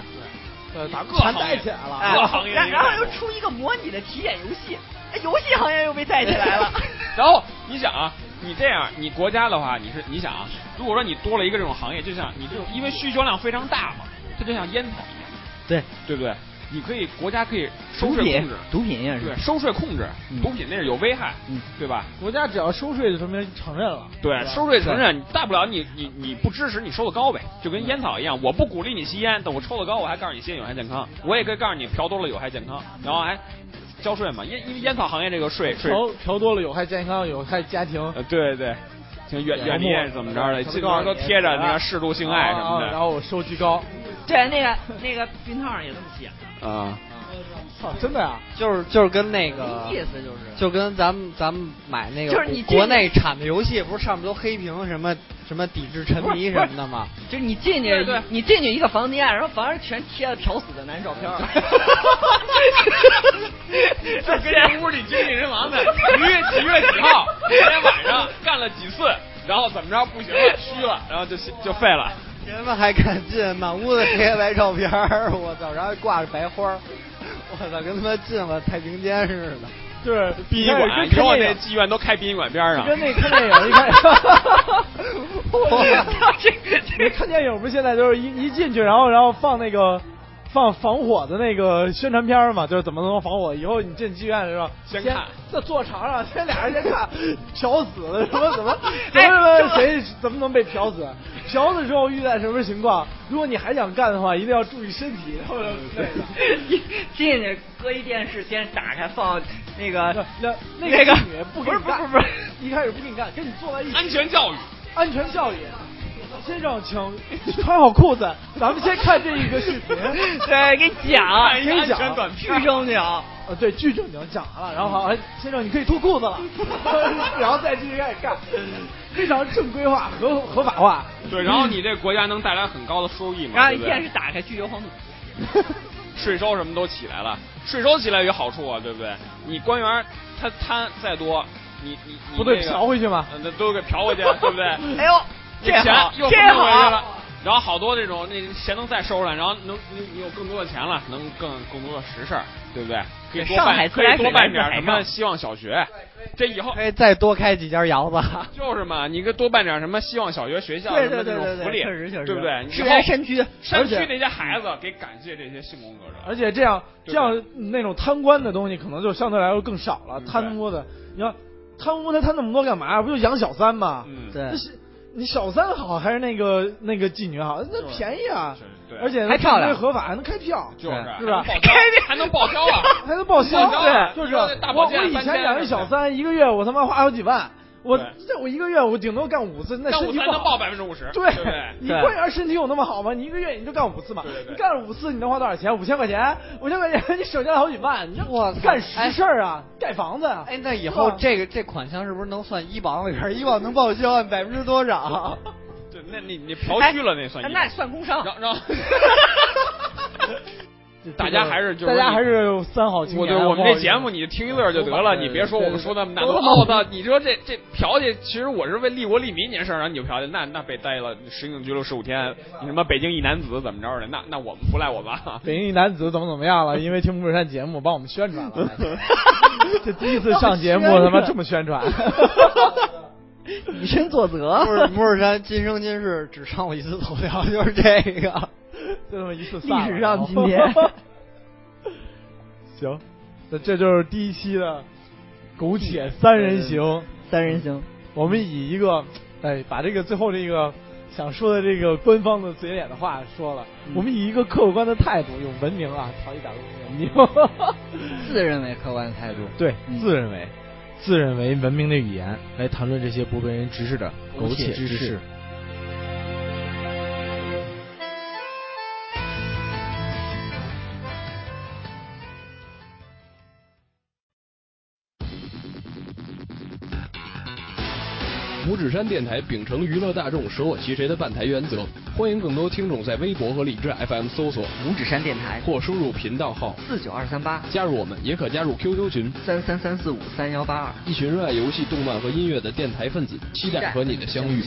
C: 对，咱
A: 呃
C: 们
A: 各行
C: 全
A: 业
C: 带起来了，
A: 各行业
G: 哎然
A: 啊一个
G: 然后又出一个模拟的体检游戏，哎游戏行业又被带 起来 了。
A: 然后你想啊，你这样，你国家的话，你是你想啊，如果说你多了一个这种行业，就像你这种，因为需求量非常大嘛，它就像烟草一样，
G: 对，
A: 对不对？你可以国家可以收
G: 毒
A: 税
G: 品
A: 控制，
G: 毒品也
A: 对
G: 是，
A: 收税控制
G: 嗯，
A: 毒品那是有危害
G: 嗯，
A: 对吧？
C: 国家只要收税就说明承认了，
A: 对，
C: 吧
A: 收税承认，大不了你你你不支持你收的高呗，就跟烟草一样，我不鼓励你吸烟，但我抽的高，我还告诉你吸烟有害健康，我也可以告诉你嫖多了有害健康，然后还交税嘛，烟因为烟草行业这个税税
G: 哦
C: 嫖嫖多了有害健康，有害家庭，
A: 呃，对对，像远
C: 对
A: 远离是怎么着的，
C: 他们
A: 基本
C: 告诉
A: 上
C: 你
A: 都贴着那
C: 啊
A: 个适度性爱什么
C: 啊啊然后
A: 的
C: 我收居高，
G: 对，那个那个避孕套上也这么写，
A: 啊。
C: 操，真的呀？
F: 就是就是跟那个
G: 意思就是
F: 呃就跟咱们咱们买那个
G: 就是你
F: 国内产的游戏，不是上面都黑屏什么什么抵制沉迷什么的 吗？
G: 就是你进去
A: 对对，
G: 你进去一个房间，然后房上全贴了嫖死的男照片儿
A: 就跟屋里经纪人王的几月几月几 号，今天晚上干了几次，然后怎么着不行了，虚了，然后就就废了。
F: 人们还敢进，满屋子黑白照片儿，我操，然后还挂着白花儿， 我操，跟他妈进了太平间似的。
C: 就是
A: 殡仪
C: 开始
A: 馆，
C: 跟
A: 以后
C: 看电
A: 那
C: 影
A: 妓院都开殡仪馆边上。
C: 跟那看电影一 看，
F: 我
G: 这 个
C: 你
G: 这个
C: 看电影不是现在就是一一进去，然后然后放那个放防火的那个宣传片儿嘛，就是怎么能防火。以后你进妓院的时候，
A: 先
C: 先
A: 看
C: 在坐床上，先俩人先看 嫖死了什么怎么怎
G: 哎
C: 么什
G: 这
C: 么谁怎么能被嫖死？嫖死之后遇在什么情况？如果你还想干的话，一定要注意身体， 然后之类的。
G: 一进去搁一电视，先打开放那个
C: 那那
G: 那
C: 那
G: 个
C: 个女不给你干，
G: 不是不是不是
C: 一开始不给你干，跟你坐在一起
A: 安全教育，
C: 安全教育。先生，请穿好 裤子，咱们先看这一个视频。
G: 对，给你讲，
A: 看一个安全短
G: 剧
A: 片
G: 中讲，
C: 呃，对，剧正经讲完了，然后好，哎，先生你可以脱裤子 了，然后再继续开始干，非常正规化、合合法化。
G: 嗯
A: 对，然后你这国家能带来很高的收益嘛？
G: 然后
A: 对
G: 一
A: 不对
G: 电视打开巨流黄土，
A: 税收什么都起来了，税收起来有好处啊，对不对？你官员儿他贪再多，你你你
C: 不对
A: 那个
C: 嫖回去吗啊
A: 呃那都给嫖回去，对不对？
G: 哎呦，
A: 你
G: 这
A: 钱
G: 好，
A: 又
G: 这
A: 分不回去
G: 好
A: 了，然后好多这种那谁能再收拾来，然后能你你有更多的钱了，能更更多的实事儿，对不对？可以多
B: 上海
A: 办，
B: 自
A: 可
B: 来
A: 以
B: 水
A: 多办
B: 来自
A: 点
B: 海
A: 什
B: 上
A: 么希望小学，这以后
F: 可以哎再多开几家 窑子。
A: 就是嘛，你给多办点什么希望小学学校
G: 对
A: 什么
G: 对对
A: 那种
G: 对
A: 福利，
G: 确实确实
A: 对 不对？
G: 支
A: 以后
C: 啊
G: 援山区
A: 山
G: 而
A: 区
G: 且
A: 那些孩子给感谢这些性工作者，
C: 而且这样这
A: 对
C: 样那种贪官的东西可能就相对来说更少了，
A: 嗯
C: 贪污的，你要贪污他贪那么多干嘛？不就养小三吗？
A: 嗯，
G: 对
C: 那，是你小三好还是那个那个妓女好？那
A: 对
C: 便宜啊
A: 是，对
C: 而且
F: 还漂亮
C: 犯罪合法还能开票，
A: 就是
C: 是啊吧
A: 还能报销 还能报销啊！报
C: 还能报销，
A: 销啊
C: 就是
A: 你说那大
C: 我
A: 保健
C: 我以
A: 搬
C: 前
A: 迁
C: 养
A: 什
C: 一
A: 么
C: 小
A: 的
C: 三，一个月我他妈花好几万，我
A: 对
C: 这我一个月我顶多干五次， 那
A: 但
C: 身
A: 我
C: 体
A: 才
C: 不
A: 能
C: 好
A: 报。百分之五十，
C: 对
A: 不对？
C: 你官员身体有那么好吗？你一个月你就干五次嘛，
A: 对对对
C: 你干了五次你能花多少钱？五千块钱，五千块钱你省下来好几万，你这
F: 我操
C: 干实事儿啊，盖房子啊。
F: 哎，那以
C: 是
F: 后
C: 吧
F: 这个这款项是不是能算医保里 边儿？医保能报销按百分之多 少？
A: 对，那你你刨去了那
C: 哎
A: 算一，
B: 那算工伤。
A: 让 让。
C: 这个
A: 大家还是就是
C: 大家
A: 你
C: 还是三好青
A: 我
C: 年。
A: 对我们
C: 不
A: 这
C: 好意思
A: 节目，你听一乐就得了，你别说我们说那么难。哦
C: 对对对
A: 我操，你说这这嫖去，其实我是为利国利民这事儿，然后你就嫖去，那那被逮了，实行拘留十五天。你什么北京一男子怎么着的？那那我们不赖我们 啊。
C: 北京一男子怎么怎么样了？因为听木山节目帮我们宣传 了，这第一次上节目他妈这么宣传，
G: 哦 以身作则。
F: 不是，摩尔山今生今世只上过一次头条，就是这个。
C: 就这么一次
G: 历
C: 散了
G: 史上今天
C: 行，那这就是第一期的苟且三人行。
G: 三人行，
C: 我们以一个，哎，把这个最后这个想说的这个官方的嘴脸的话说了，我们以一个客观的态度，用文明啊，曹一打 工文明。
F: 自认为客观态度，
C: 对，自认为自认为文明的语言来谈论这些不为人直视的苟且之事。
H: 拇指山电台秉承娱乐大众，舍我其谁的办台原则，欢迎更多听众在微博和荔枝 FM 搜索
B: 拇指山电台
H: 或输入频道号
B: 四九二三八
H: 加入我们，也可加入 QQ 群，
B: 三三三四五三幺八二。
H: 一群热爱游戏、动漫和音乐的电台分子，期待和你的相遇。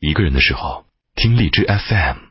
I: 一个人的时候，听荔枝 FM。